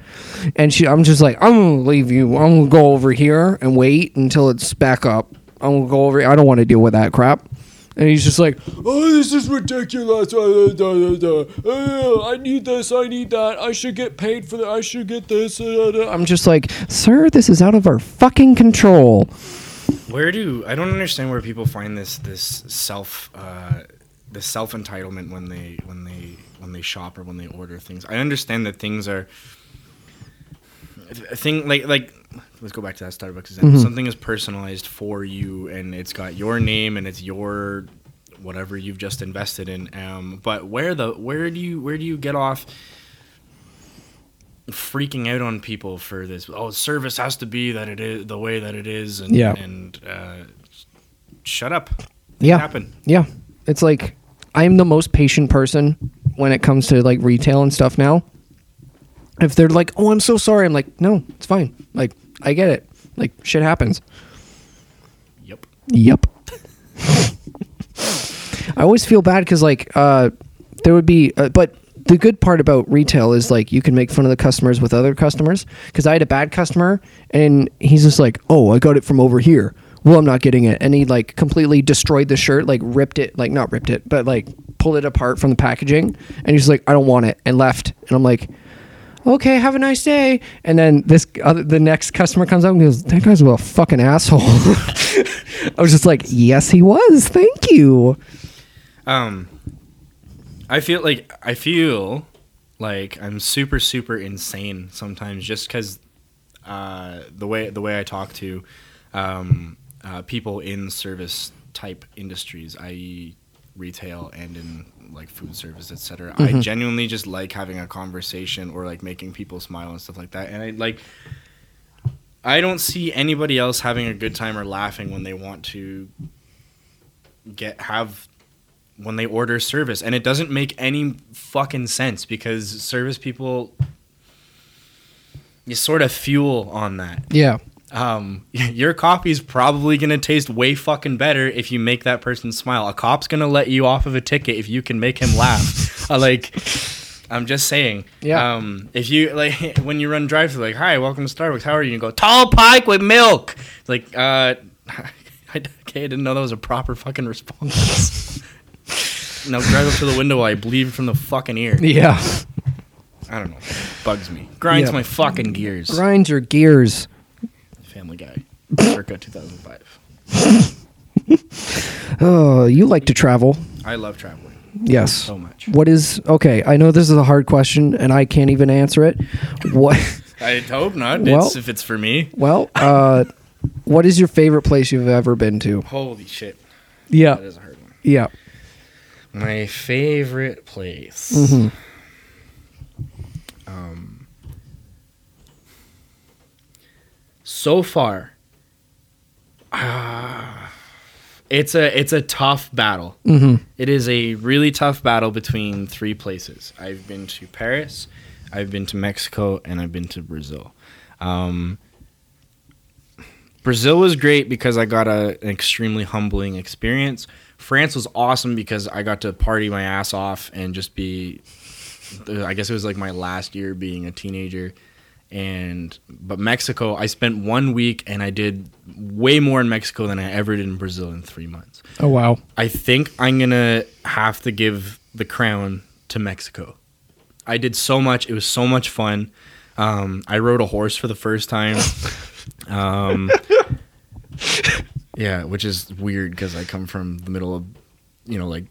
[SPEAKER 1] and she I'm just like I'm gonna leave you, I'm gonna go over here and wait until it's back up. I'm gonna go over. I don't want to deal with that crap. And he's just like,
[SPEAKER 6] Oh, this is ridiculous. Uh, da, da, da. Uh, I need this. I need that. I should get paid for that. I should get this. Uh, da, da.
[SPEAKER 1] I'm just like, sir, this is out of our fucking control.
[SPEAKER 2] Where do I don't understand where people find this this self uh, this self entitlement when they when they when they shop or when they order things. I understand that things are a thing like like let's go back to that Starbucks example.
[SPEAKER 1] Mm-hmm.
[SPEAKER 2] Something is personalized for you and it's got your name and it's your whatever you've just invested in. Um, but where the where do you where do you get off? freaking out on people for this oh service has to be that it is the way that it is and
[SPEAKER 1] Yeah.
[SPEAKER 2] and uh, shut up
[SPEAKER 1] Yeah.
[SPEAKER 2] happen
[SPEAKER 1] Yeah. It's like I'm the most patient person when it comes to like retail and stuff now. If they're like, "Oh, I'm so sorry." I'm like, "No, it's fine." Like, I get it. Like shit happens.
[SPEAKER 2] yep
[SPEAKER 1] Yep. I always feel bad because like uh, there would be, uh, but the good part about retail is like you can make fun of the customers with other customers. Because I had a bad customer and he's just like, "Oh, I got it from over here." Well, I'm not getting it, and he like completely destroyed the shirt, like ripped it, like not ripped it, but like pulled it apart from the packaging, and he's like, "I don't want it," and left. And I'm like, okay, have a nice day. And then this other, the next customer comes up and goes, that guy's a fucking asshole. I was just like, yes, he was. Thank you.
[SPEAKER 2] um i feel like i feel like i'm super super insane sometimes just because uh, the way the way i talk to um, uh, people in service type industries i.e retail and in like food service etc i genuinely just like having a conversation or like making people smile and stuff like that and i like i don't see anybody else having a good time or laughing when they want to get have when they order service and it doesn't make any fucking sense because service people you sort of fuel on that
[SPEAKER 1] Yeah.
[SPEAKER 2] um, your coffee's probably gonna taste way fucking better if you make that person smile a cop's gonna let you off of a ticket if you can make him laugh Uh, like i'm just saying
[SPEAKER 1] Yeah.
[SPEAKER 2] um, if you like when you run drive through like hi welcome to starbucks how are you and you go tall pike with milk it's like uh okay i didn't know that was a proper fucking response Now drive up to the window while I bleed from the fucking ear.
[SPEAKER 1] Yeah.
[SPEAKER 2] I don't know. Bugs me. Grinds
[SPEAKER 1] Yeah.
[SPEAKER 2] my fucking gears.
[SPEAKER 1] Grind your gears.
[SPEAKER 2] Family Guy. Circa 2005.
[SPEAKER 1] Oh, you like to travel.
[SPEAKER 2] I love traveling
[SPEAKER 1] Yes.
[SPEAKER 2] so much.
[SPEAKER 1] What is, okay, I know this is a hard question and I can't even answer it. What,
[SPEAKER 2] I hope not.
[SPEAKER 1] Well-
[SPEAKER 2] it's, if it's for me.
[SPEAKER 1] well, uh, what is your favorite place you've ever been to?
[SPEAKER 2] Holy shit. That
[SPEAKER 1] Yeah.
[SPEAKER 2] is a hard one.
[SPEAKER 1] Yeah.
[SPEAKER 2] My favorite place. Um, so far, ah, it's a it's a tough battle.
[SPEAKER 1] Mm-hmm.
[SPEAKER 2] It is a really tough battle between three places. I've been to Paris, I've been to Mexico, and I've been to Brazil. Um, Brazil was great because I got a, an extremely humbling experience. France was awesome because I got to party my ass off and just be I guess it was like my last year being a teenager, and but Mexico, I spent one week and I did way more in Mexico than I ever did in Brazil in three months.
[SPEAKER 1] Oh wow.
[SPEAKER 2] I think I'm gonna have to give the crown to Mexico. I did so much; it was so much fun. Um, I rode a horse for the first time. Um, yeah, which is weird because I come from the middle of, you know, like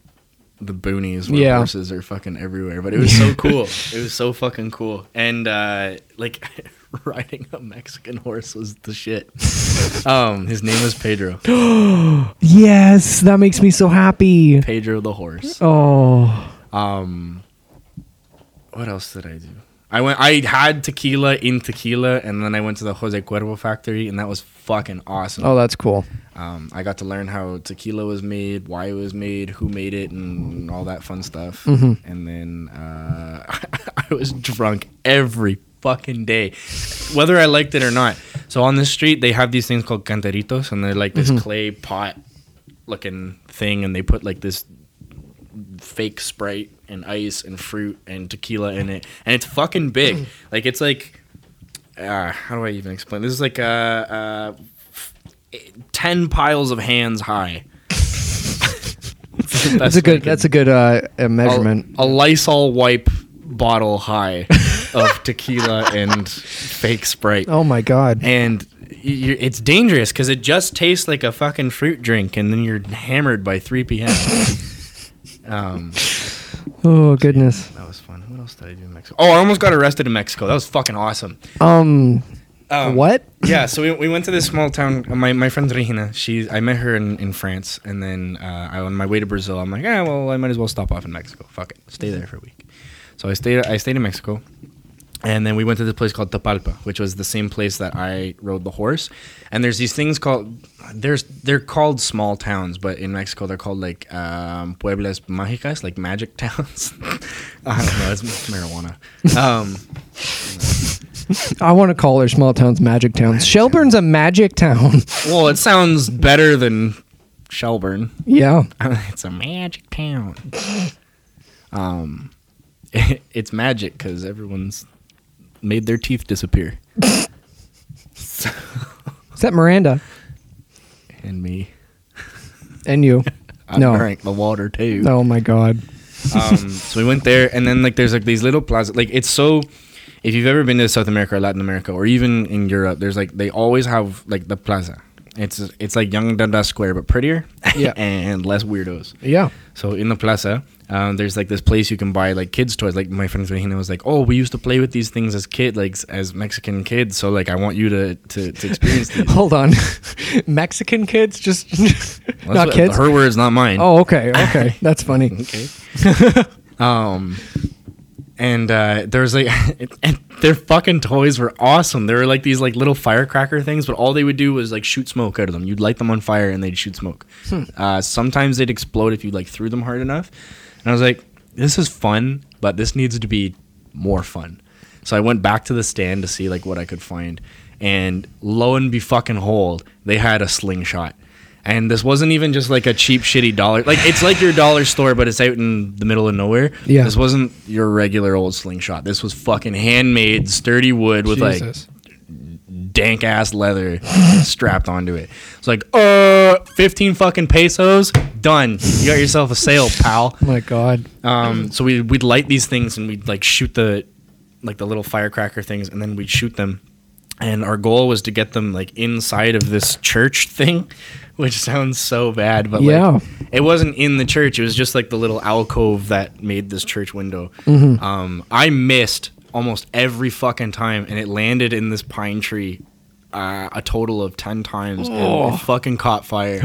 [SPEAKER 2] the boonies where
[SPEAKER 1] Yeah.
[SPEAKER 2] horses are fucking everywhere. But it was so cool. It was so fucking cool. And uh, like riding a Mexican horse was the shit. Um, his name was Pedro.
[SPEAKER 1] Yes, that makes me so happy.
[SPEAKER 2] Pedro the horse.
[SPEAKER 1] Oh.
[SPEAKER 2] Um, what else did I do? I went. I had tequila in tequila, and then I went to the Jose Cuervo factory, and that was fucking awesome.
[SPEAKER 1] Oh, that's cool.
[SPEAKER 2] Um, I got to learn how tequila was made, why it was made, who made it, and all that fun stuff. And then uh, I was drunk every fucking day, whether I liked it or not. So on the street, they have these things called canteritos, and they're like this clay pot looking thing, and they put like this fake Sprite and ice and fruit and tequila in it, and it's fucking big. Like it's like, uh, how do I even explain? This is like uh, uh, ten piles of hands high. That's,
[SPEAKER 1] That's a good. That's a good uh, uh, measurement.
[SPEAKER 2] A, Lysol wipe bottle high of tequila and fake Sprite
[SPEAKER 1] oh my god.
[SPEAKER 2] and you it's dangerous because it just tastes like a fucking fruit drink, and then you're hammered by 3 p.m. um,
[SPEAKER 1] Oh goodness.
[SPEAKER 2] that was fun. What else did I do in Mexico? Oh, I almost got arrested in Mexico. That was fucking awesome.
[SPEAKER 1] Um.
[SPEAKER 2] Um,
[SPEAKER 1] What?
[SPEAKER 2] yeah, so we, we went to this small town. My, my friend Regina, she I met her in, in France, and then uh, I, on my way to Brazil, I'm like, yeah, well, I might as well stop off in Mexico. Fuck it, stay there for a week. So I stayed I stayed in Mexico, and then we went to this place called Tapalpa, which was the same place that I rode the horse. And there's these things called there's they're called small towns, but in Mexico they're called like um, pueblos mágicas, like magic towns. I don't know, it's marijuana. Um,
[SPEAKER 1] I want to call her small towns magic towns. Shelburne's a magic town.
[SPEAKER 2] well, it sounds better than Shelburne.
[SPEAKER 1] yeah.
[SPEAKER 2] it's a magic town. um, it, it's magic because everyone's made their teeth disappear.
[SPEAKER 1] Is that Miranda
[SPEAKER 2] And me,
[SPEAKER 1] and you?
[SPEAKER 2] I
[SPEAKER 1] No.
[SPEAKER 2] drank the water too.
[SPEAKER 1] Oh my god.
[SPEAKER 2] um, so we went there, and then like there's like these little plazas. Like it's so. If you've ever been to South America or Latin America or even in Europe, there's like they always have like the plaza. It's it's like Young Dundas Square but prettier,
[SPEAKER 1] Yeah.
[SPEAKER 2] and less weirdos.
[SPEAKER 1] Yeah.
[SPEAKER 2] So in the plaza, um, there's like this place you can buy like kids toys. Like my friend Regina was like, "Oh, we used to play with these things as kid, like s- as Mexican kids. So like, I want you to to, to experience these."
[SPEAKER 1] Hold on. Mexican kids just
[SPEAKER 2] That's
[SPEAKER 1] not
[SPEAKER 2] what-
[SPEAKER 1] kids.
[SPEAKER 2] Her words, not mine.
[SPEAKER 1] Oh, okay. Okay. That's funny.
[SPEAKER 2] okay. um, and uh, there's like, and their fucking toys were awesome. They were like these like little firecracker things, but all they would do was like shoot smoke out of them. You'd light them on fire and they'd shoot smoke.
[SPEAKER 1] Hmm.
[SPEAKER 2] Uh, sometimes they'd explode if you like threw them hard enough. And I was like, this is fun, but this needs to be more fun. So I went back to the stand to see like what I could find, and lo and be fucking hold, they had a slingshot. And this wasn't even just like a cheap, shitty dollar. Like it's like your dollar store, but it's out in the middle of nowhere.
[SPEAKER 1] Yeah.
[SPEAKER 2] This wasn't your regular old slingshot. This was fucking handmade, sturdy wood with like
[SPEAKER 1] Jesus.
[SPEAKER 2] dank ass leather strapped onto it. It's like, uh, 15 fucking pesos, done. You got yourself a sale, pal.
[SPEAKER 1] my god.
[SPEAKER 2] Um, so we we'd light these things and we'd like shoot the like the little firecracker things and then we'd shoot them. And our goal was to get them like inside of this church thing, which sounds so bad, but
[SPEAKER 1] Yeah.
[SPEAKER 2] like it wasn't in the church. It was just like the little alcove that made this church window. Um, I missed almost every fucking time, and it landed in this pine tree uh, a total of ten times, and it fucking caught fire.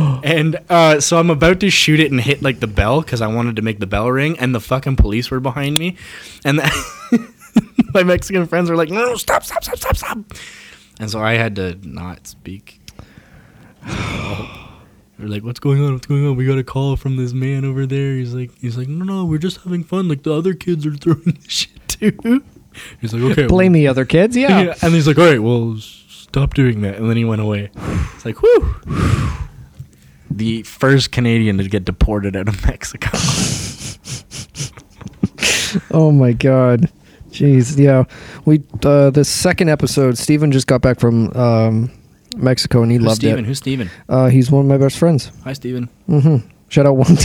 [SPEAKER 2] And uh, so I'm about to shoot it and hit like the bell because I wanted to make the bell ring, and the fucking police were behind me, and the- my Mexican friends were like, "No, no, stop, stop, stop, stop, stop!" And so I had to not speak. They're like, "What's going on? What's going on? We got a call from this man over there." He's like, "He's like, no, no, we're just having fun. Like the other kids are throwing this shit too." He's like, "Okay, well,
[SPEAKER 1] Blame the other kids. Yeah.
[SPEAKER 2] yeah. And he's like, all right, well, s- stop doing that. And then he went away. It's like, whew. The first Canadian to get deported out of Mexico.
[SPEAKER 1] Oh my god. Jeez, yeah. We uh, the second episode, Steven just got back from um, Mexico and he
[SPEAKER 2] Who's
[SPEAKER 1] loved
[SPEAKER 2] Steven?
[SPEAKER 1] it.
[SPEAKER 2] Who's Steven?
[SPEAKER 1] Uh, he's one of my best friends.
[SPEAKER 2] Hi, Steven.
[SPEAKER 1] Mm-hmm. Shout out one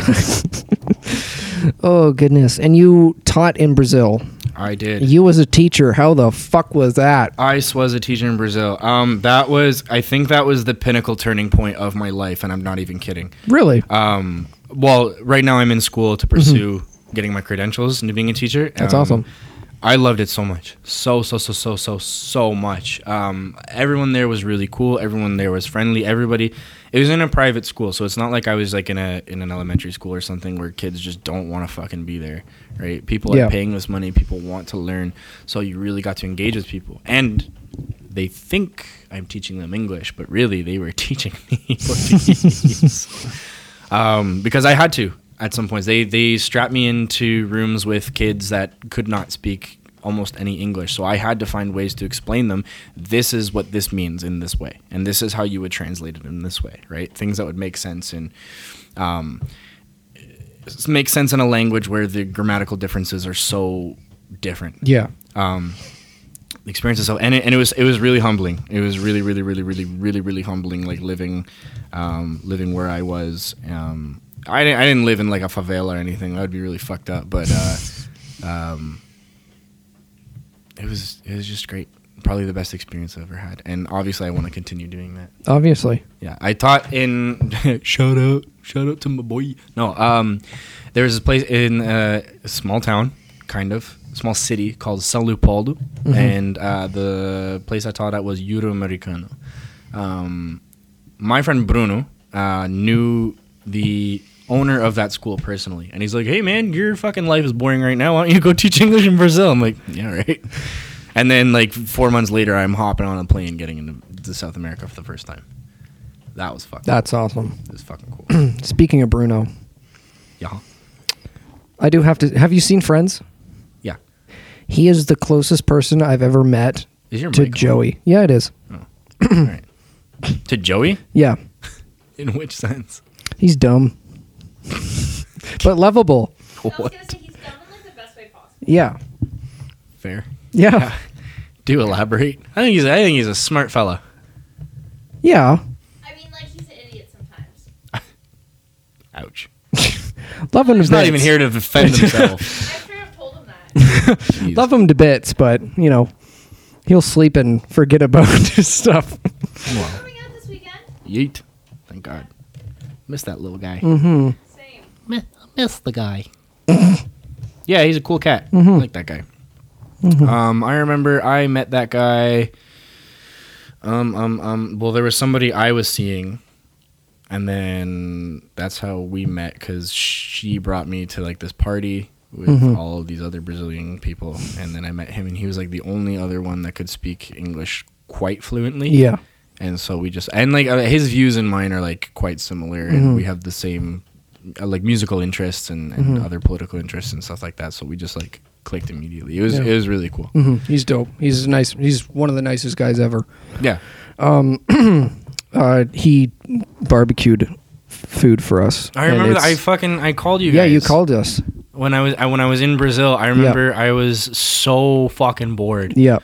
[SPEAKER 1] time. oh goodness! And you taught in Brazil.
[SPEAKER 2] I did.
[SPEAKER 1] You as a teacher, how the fuck was that?
[SPEAKER 2] ICE was a teacher in Brazil. Um, that was, I think that was the pinnacle turning point of my life, and I'm not even kidding.
[SPEAKER 1] Really?
[SPEAKER 2] Um, well, right now I'm in school to pursue getting my credentials and being a teacher.
[SPEAKER 1] Mm-hmm. That's
[SPEAKER 2] Um,
[SPEAKER 1] awesome.
[SPEAKER 2] I loved it so much. So, so, so, so, so, so much. Um, everyone there was really cool. Everyone there was friendly. Everybody, it was in a private school. So it's not like I was like in a, in an elementary school or something where kids just don't want to fucking be there. Right. People
[SPEAKER 1] Yeah.
[SPEAKER 2] are paying this money. People want to learn. So you really got to engage with people and they think I'm teaching them English, but really they were teaching me Portuguese. um, because I had to at some points. They they strapped me into rooms with kids that could not speak almost any English, so I had to find ways to explain them. This is what this means in this way, and this is how you would translate it in this way, right? Things that would make sense in. Um, s- make sense in a language where the grammatical differences are so different
[SPEAKER 1] Yeah.
[SPEAKER 2] um, the experience itself, and it, and it was it was really humbling. It was really really really really really really humbling. Like living, um, living where I was. Um, I didn't I didn't live in like a favela or anything. That would be really fucked up. But uh, um, it was it was just great. Probably the best experience I've ever had, and obviously I want to continue doing that.
[SPEAKER 1] Obviously.
[SPEAKER 2] Yeah, I taught in shout out shout out to my boy. No, um, there was this place in uh, a small town, kind of small city called São Leopoldo, and uh, the place I taught at was Euro Americano. Um, my friend Bruno uh, knew the owner of that school personally, and he's like, "Hey man, your fucking life is boring right now. Why don't you go teach English in Brazil?" I'm like, "Yeah, right." And then like four months later, I'm hopping on a plane getting into to South America for the first time. That was fucking.
[SPEAKER 1] That's awesome.
[SPEAKER 2] It was fucking cool.
[SPEAKER 1] Speaking of Bruno,
[SPEAKER 2] yeah.
[SPEAKER 1] I do have to. Have you seen Friends?
[SPEAKER 2] Yeah.
[SPEAKER 1] He is the closest person I've ever met
[SPEAKER 2] Is your
[SPEAKER 1] to
[SPEAKER 2] mic on?
[SPEAKER 1] Joey. Yeah, it is.
[SPEAKER 2] All right. Hmm. To Joey?
[SPEAKER 1] Yeah,
[SPEAKER 2] In which sense?
[SPEAKER 1] he's dumb, but lovable.
[SPEAKER 3] I was gonna say he's dumb in like the best way possible.
[SPEAKER 1] Yeah.
[SPEAKER 2] Fair.
[SPEAKER 1] Yeah.
[SPEAKER 2] Do elaborate. I think he's. I think he's a smart fella.
[SPEAKER 1] Yeah.
[SPEAKER 3] I mean, like he's an idiot sometimes.
[SPEAKER 2] Ouch.
[SPEAKER 1] Love him to
[SPEAKER 2] He's not
[SPEAKER 1] bits.
[SPEAKER 2] even here to defend himself.
[SPEAKER 3] I should have told him that.
[SPEAKER 2] Jeez.
[SPEAKER 1] Love him to bits, but you know, he'll sleep and forget about his stuff.
[SPEAKER 3] Coming out this weekend.
[SPEAKER 2] Yeet. Thank God. Miss that little guy.
[SPEAKER 3] Same.
[SPEAKER 2] miss the guy. Mm-hmm. yeah, he's a cool cat. I like that guy. Um, I remember I met that guy. Um, um, um. Well, there was somebody I was seeing, and then that's how we met because she brought me to like this party with all of these other Brazilian people, and then I met him, and he was like the only other one that could speak English quite fluently
[SPEAKER 1] Yeah.
[SPEAKER 2] and so we just and like uh, his views and mine are like quite similar
[SPEAKER 1] Mm-hmm.
[SPEAKER 2] and we have the same uh, like musical interests and, and
[SPEAKER 1] Mm-hmm.
[SPEAKER 2] other political interests and stuff like that so we just like clicked immediately it was
[SPEAKER 1] Yeah. Mm.
[SPEAKER 2] it was really cool
[SPEAKER 1] Mm-hmm. He's dope. He's nice. He's one of the nicest guys ever.
[SPEAKER 2] yeah
[SPEAKER 1] Uh, he barbecued f- food for us.
[SPEAKER 2] i
[SPEAKER 1] and
[SPEAKER 2] remember that i
[SPEAKER 1] it's-
[SPEAKER 2] fucking i called you
[SPEAKER 1] yeah, you
[SPEAKER 2] guys.
[SPEAKER 1] called us.
[SPEAKER 2] when i was I, when i was in brazil i remember i was so fucking bored
[SPEAKER 1] Yeah.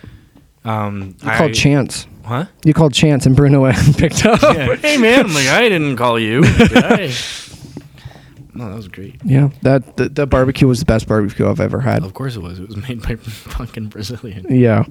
[SPEAKER 2] um
[SPEAKER 1] You
[SPEAKER 2] I,
[SPEAKER 1] called Chance.
[SPEAKER 2] huh
[SPEAKER 1] You called Chance and Bruno picked up.
[SPEAKER 2] yeah. hey man i'm like i didn't call you did I? no that was great
[SPEAKER 1] Yeah, that the, the barbecue was the best barbecue I've ever had.
[SPEAKER 2] of course it was it was made by fucking brazilian
[SPEAKER 1] Yeah,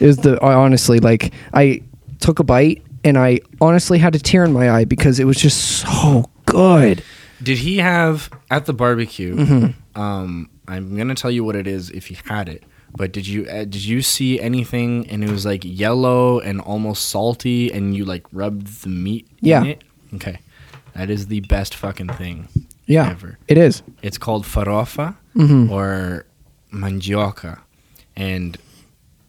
[SPEAKER 1] is the I honestly like I took a bite and I honestly had a tear in my eye because it was just so good.
[SPEAKER 2] Did he have at the barbecue?
[SPEAKER 1] Mm-hmm.
[SPEAKER 2] Um, I'm gonna tell you what it is if he had it. But did you uh, did you see anything? And it was like yellow and almost salty, and you like rubbed the meat.
[SPEAKER 1] Yeah.
[SPEAKER 2] In it? Okay, that is the best fucking thing.
[SPEAKER 1] Yeah,
[SPEAKER 2] Ever.
[SPEAKER 1] it is.
[SPEAKER 2] It's called farofa
[SPEAKER 1] Mm-hmm.
[SPEAKER 2] or mandioca, and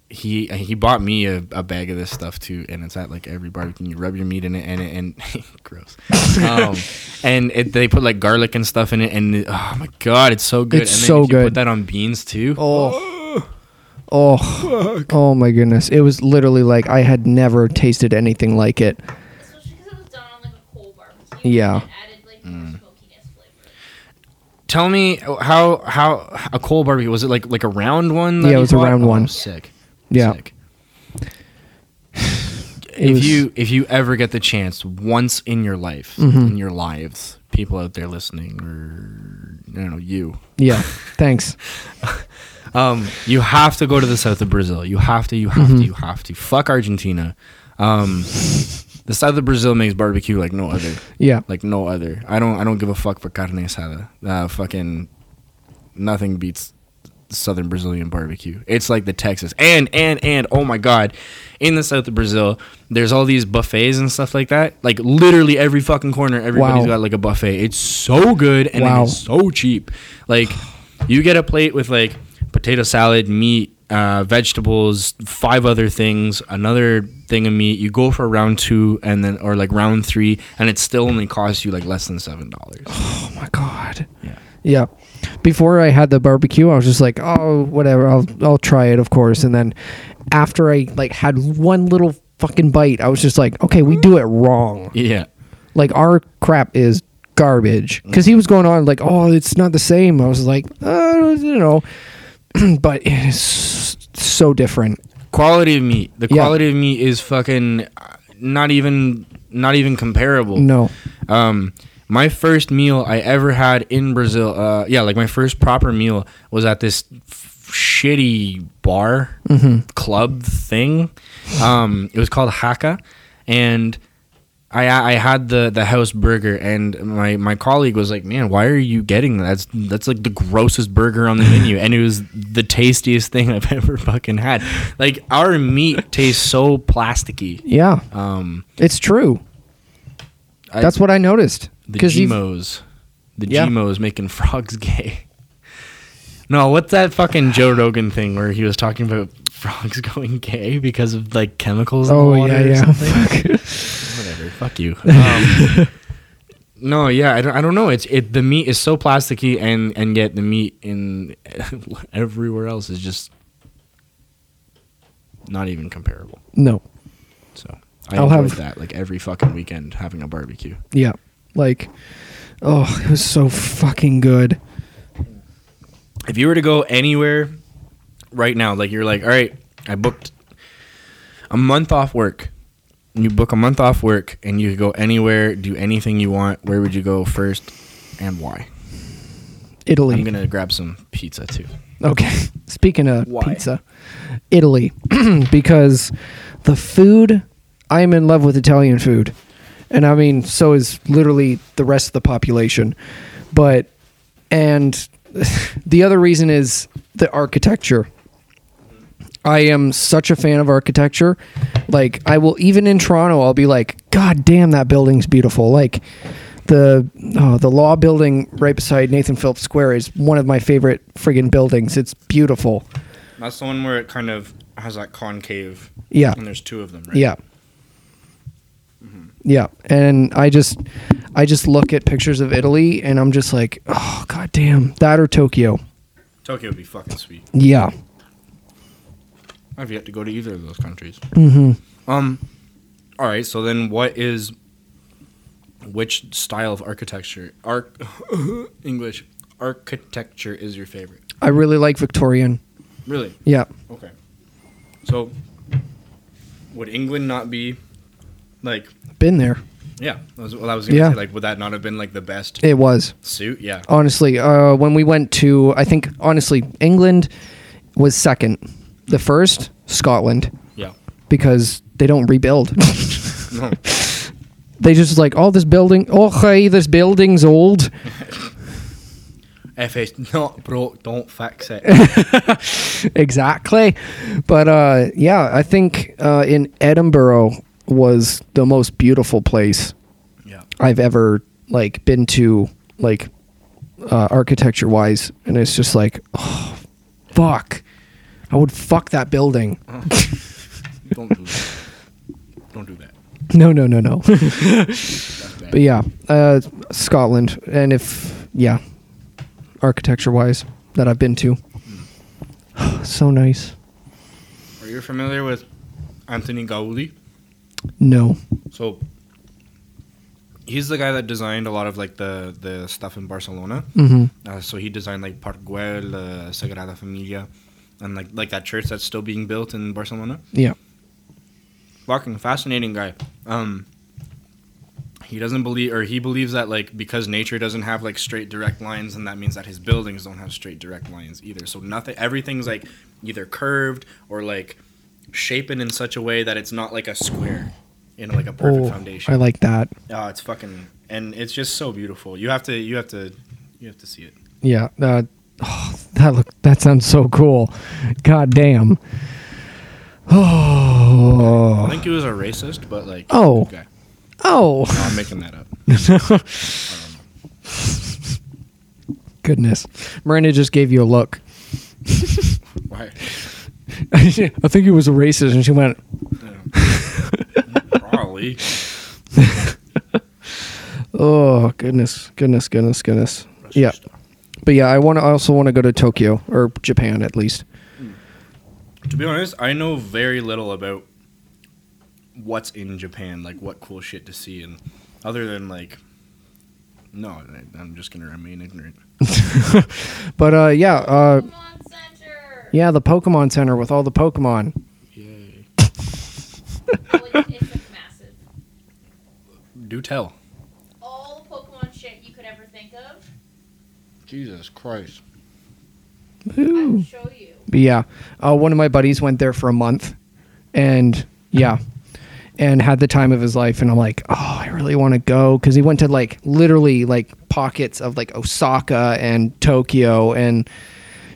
[SPEAKER 2] he he bought me a, a bag of this stuff too, and it's at like every barbecue. You rub your meat in it, and it, and gross. Um, and it, they put like garlic and stuff in it, and it- oh my god, it's so good.
[SPEAKER 1] It's
[SPEAKER 2] and
[SPEAKER 1] so
[SPEAKER 2] if You
[SPEAKER 1] good.
[SPEAKER 2] put that on beans too.
[SPEAKER 1] Oh, oh, oh my goodness! It was literally like I had never tasted anything like it.
[SPEAKER 3] Especially because it was done on like a coal barbecue.
[SPEAKER 1] Yeah.
[SPEAKER 2] Mm.
[SPEAKER 3] And it added like more smokiness flavor.
[SPEAKER 2] tell me how how a coal barbecue was it like like a round one? that
[SPEAKER 1] Yeah, it
[SPEAKER 2] you
[SPEAKER 1] was a
[SPEAKER 2] bought?
[SPEAKER 1] round
[SPEAKER 2] Oh,
[SPEAKER 1] one.
[SPEAKER 2] Sick.
[SPEAKER 1] Yeah.
[SPEAKER 2] Sick.
[SPEAKER 1] It
[SPEAKER 2] if
[SPEAKER 1] was-
[SPEAKER 2] you if you ever get the chance once in your life
[SPEAKER 1] Mm-hmm.
[SPEAKER 2] in your lives, people out there listening or I don't know you,
[SPEAKER 1] yeah, thanks.
[SPEAKER 2] um, you have to go to the south of Brazil. You have to. You have
[SPEAKER 1] Mm-hmm.
[SPEAKER 2] to. You have to. Fuck Argentina. Um, the south of Brazil makes barbecue like no other.
[SPEAKER 1] Yeah,
[SPEAKER 2] Like no other. I don't. I don't give a fuck for carne asada. Uh, fucking nothing beats southern Brazilian barbecue. It's like the Texas. And and and oh my god, in the south of Brazil, there's all these buffets and stuff like that. Like literally every fucking corner, everybody's
[SPEAKER 1] Wow.
[SPEAKER 2] got like a buffet. It's so good and
[SPEAKER 1] Wow.
[SPEAKER 2] it's so cheap. Like you get a plate with like potato salad, meat, uh, vegetables, five other things, another thing of meat. You go for round two and then or like round three, and it still only costs you like less than seven dollars.
[SPEAKER 1] Oh my god.
[SPEAKER 2] Yeah.
[SPEAKER 1] Yeah. Before I had the barbecue, I was just like, oh, whatever. I'll I'll try it, of course. And then after I like had one little fucking bite, I was just like, okay, we do it wrong.
[SPEAKER 2] Yeah.
[SPEAKER 1] Like our crap is garbage. Because he was going on like, oh, it's not the same. I was like, uh, you know, but it is so different.
[SPEAKER 2] quality of meat. The
[SPEAKER 1] Yeah.
[SPEAKER 2] quality of meat is fucking uh, not even not even comparable.
[SPEAKER 1] No.
[SPEAKER 2] Um, my first meal I ever had in Brazil, uh, yeah, like my first proper meal was at this f- shitty bar club thing. Um, it was called Haka, and I I had the the house burger, and my my colleague was like, "Man, why are you getting that? That's that's like the grossest burger on the menu, and it was the tastiest thing I've ever fucking had. Like our meat tastes so plasticky.
[SPEAKER 1] Yeah,
[SPEAKER 2] Um,
[SPEAKER 1] it's true.
[SPEAKER 2] I-
[SPEAKER 1] That's what I noticed.
[SPEAKER 2] The
[SPEAKER 1] 'Cause you've-
[SPEAKER 2] GMOs. The
[SPEAKER 1] Yeah.
[SPEAKER 2] GMOs making frogs gay. No, what's that fucking Joe Rogan thing where he was talking about frogs going gay because of like chemicals in
[SPEAKER 1] Oh
[SPEAKER 2] the water
[SPEAKER 1] yeah,
[SPEAKER 2] or
[SPEAKER 1] yeah.
[SPEAKER 2] something?
[SPEAKER 1] Fuck.
[SPEAKER 2] Whatever. Fuck you. Um, no, yeah, I don't, I don't know. It's it the meat is so plasticky and and yet the meat in everywhere else is just not even comparable.
[SPEAKER 1] no.
[SPEAKER 2] So I
[SPEAKER 1] I'll
[SPEAKER 2] enjoyed
[SPEAKER 1] have-
[SPEAKER 2] that like every fucking weekend having a barbecue.
[SPEAKER 1] Yeah. Like, oh, it was so fucking good.
[SPEAKER 2] if you were to go anywhere right now, like you're like, all right, I booked a month off work. You book a month off work and you could go anywhere, do anything you want. Where would you go first and why?
[SPEAKER 1] Italy.
[SPEAKER 2] I'm going to grab some pizza too.
[SPEAKER 1] Okay. Speaking of
[SPEAKER 2] Why?
[SPEAKER 1] pizza, Italy, because the food, I'm in love with Italian food. And I mean, so is literally the rest of the population. But, and the other reason is the architecture. I am such a fan of architecture. Like, I will, even in Toronto, I'll be like, God damn, that building's beautiful. Like, the oh, the law building right beside Nathan Phillips Square is one of my favorite friggin' buildings. It's beautiful.
[SPEAKER 7] That's the one where it kind of has that concave.
[SPEAKER 1] Yeah.
[SPEAKER 2] Mm-hmm.
[SPEAKER 7] And there's two of them, right?
[SPEAKER 1] Yeah. Yeah. And I just I just look at pictures of Italy and I'm just like, oh god damn. That or Tokyo.
[SPEAKER 7] Tokyo would be fucking sweet.
[SPEAKER 1] Yeah.
[SPEAKER 7] I've yet to go to either of those countries.
[SPEAKER 1] Mm-hmm.
[SPEAKER 7] Um, all right. So then, what is which style of architecture? Arc English architecture is your favorite?
[SPEAKER 1] I really like Victorian.
[SPEAKER 7] Really?
[SPEAKER 1] Yeah.
[SPEAKER 7] Okay. So, would England not be like?
[SPEAKER 1] Been there.
[SPEAKER 7] Yeah. That was, well, I was gonna
[SPEAKER 1] Yeah.
[SPEAKER 7] say like, would that not have been like the best
[SPEAKER 1] It was.
[SPEAKER 7] suit? Yeah.
[SPEAKER 1] Honestly, uh, when we went to I think honestly, England was second. The first, Scotland.
[SPEAKER 7] Yeah.
[SPEAKER 1] Because they don't rebuild.
[SPEAKER 7] No.
[SPEAKER 1] they just like, oh, this building, oh, hey, this building's old.
[SPEAKER 7] if it's not broke, don't fix it.
[SPEAKER 1] exactly. But uh, yeah, I think uh, in Edinburgh was the most beautiful place
[SPEAKER 7] yeah.
[SPEAKER 1] I've ever like been to, like uh, architecture wise, and it's just like, oh, fuck, I would fuck that building.
[SPEAKER 7] Don't do that. Don't do that.
[SPEAKER 1] No, no, no, no.
[SPEAKER 7] That's bad.
[SPEAKER 1] but yeah, uh, Scotland, and if yeah, architecture wise that I've been to, so nice.
[SPEAKER 7] Are you familiar with Anthony Gaudi?
[SPEAKER 1] No.
[SPEAKER 7] So
[SPEAKER 2] he's the guy that designed a lot of like the the stuff in Barcelona.
[SPEAKER 1] Mm-hmm.
[SPEAKER 2] Uh, so he designed like Parkwell, uh, Sagrada Familia, and like like that church that's still being built in Barcelona.
[SPEAKER 1] Yeah.
[SPEAKER 2] Fucking fascinating guy. Um, he doesn't believe, or he believes that like because nature doesn't have like straight direct lines, and that means that his buildings don't have straight direct lines either. So nothing, everything's like either curved or like shapen in such a way that it's not like a square, you know, like a perfect
[SPEAKER 1] Oh,
[SPEAKER 2] foundation.
[SPEAKER 1] I like that.
[SPEAKER 2] Oh, it's fucking and it's just so beautiful. You have to you have to you have to see it.
[SPEAKER 1] Yeah. Uh, oh, that look. That sounds so cool. God damn.
[SPEAKER 2] I
[SPEAKER 1] Oh.
[SPEAKER 2] think he was a racist, but like
[SPEAKER 1] Oh.
[SPEAKER 2] good guy.
[SPEAKER 1] Oh.
[SPEAKER 2] No, I'm making that up.
[SPEAKER 1] Goodness. Miranda just gave you a look.
[SPEAKER 2] Why?
[SPEAKER 1] I think he was a racist, and she went,
[SPEAKER 2] Probably.
[SPEAKER 1] "Oh goodness, goodness, goodness, goodness." Yeah. But yeah, I want to. I also want to go to Tokyo or Japan at least.
[SPEAKER 2] To be honest, I know very little about what's in Japan, like what cool shit to see, and other than like, no, I- I'm just gonna remain ignorant.
[SPEAKER 1] But uh, yeah, uh,
[SPEAKER 3] Pokemon Center.
[SPEAKER 1] yeah, the Pokemon Center with all the Pokemon.
[SPEAKER 2] Yay.
[SPEAKER 3] Oh, it's, it's like massive.
[SPEAKER 2] Do tell.
[SPEAKER 3] All the Pokemon shit you could ever think of.
[SPEAKER 2] Jesus Christ.
[SPEAKER 3] I will show you.
[SPEAKER 1] But yeah, uh, one of my buddies went there for a month, and yeah, and had the time of his life. And I'm like, oh, I really want to go because he went to like literally like pockets of like Osaka and Tokyo, and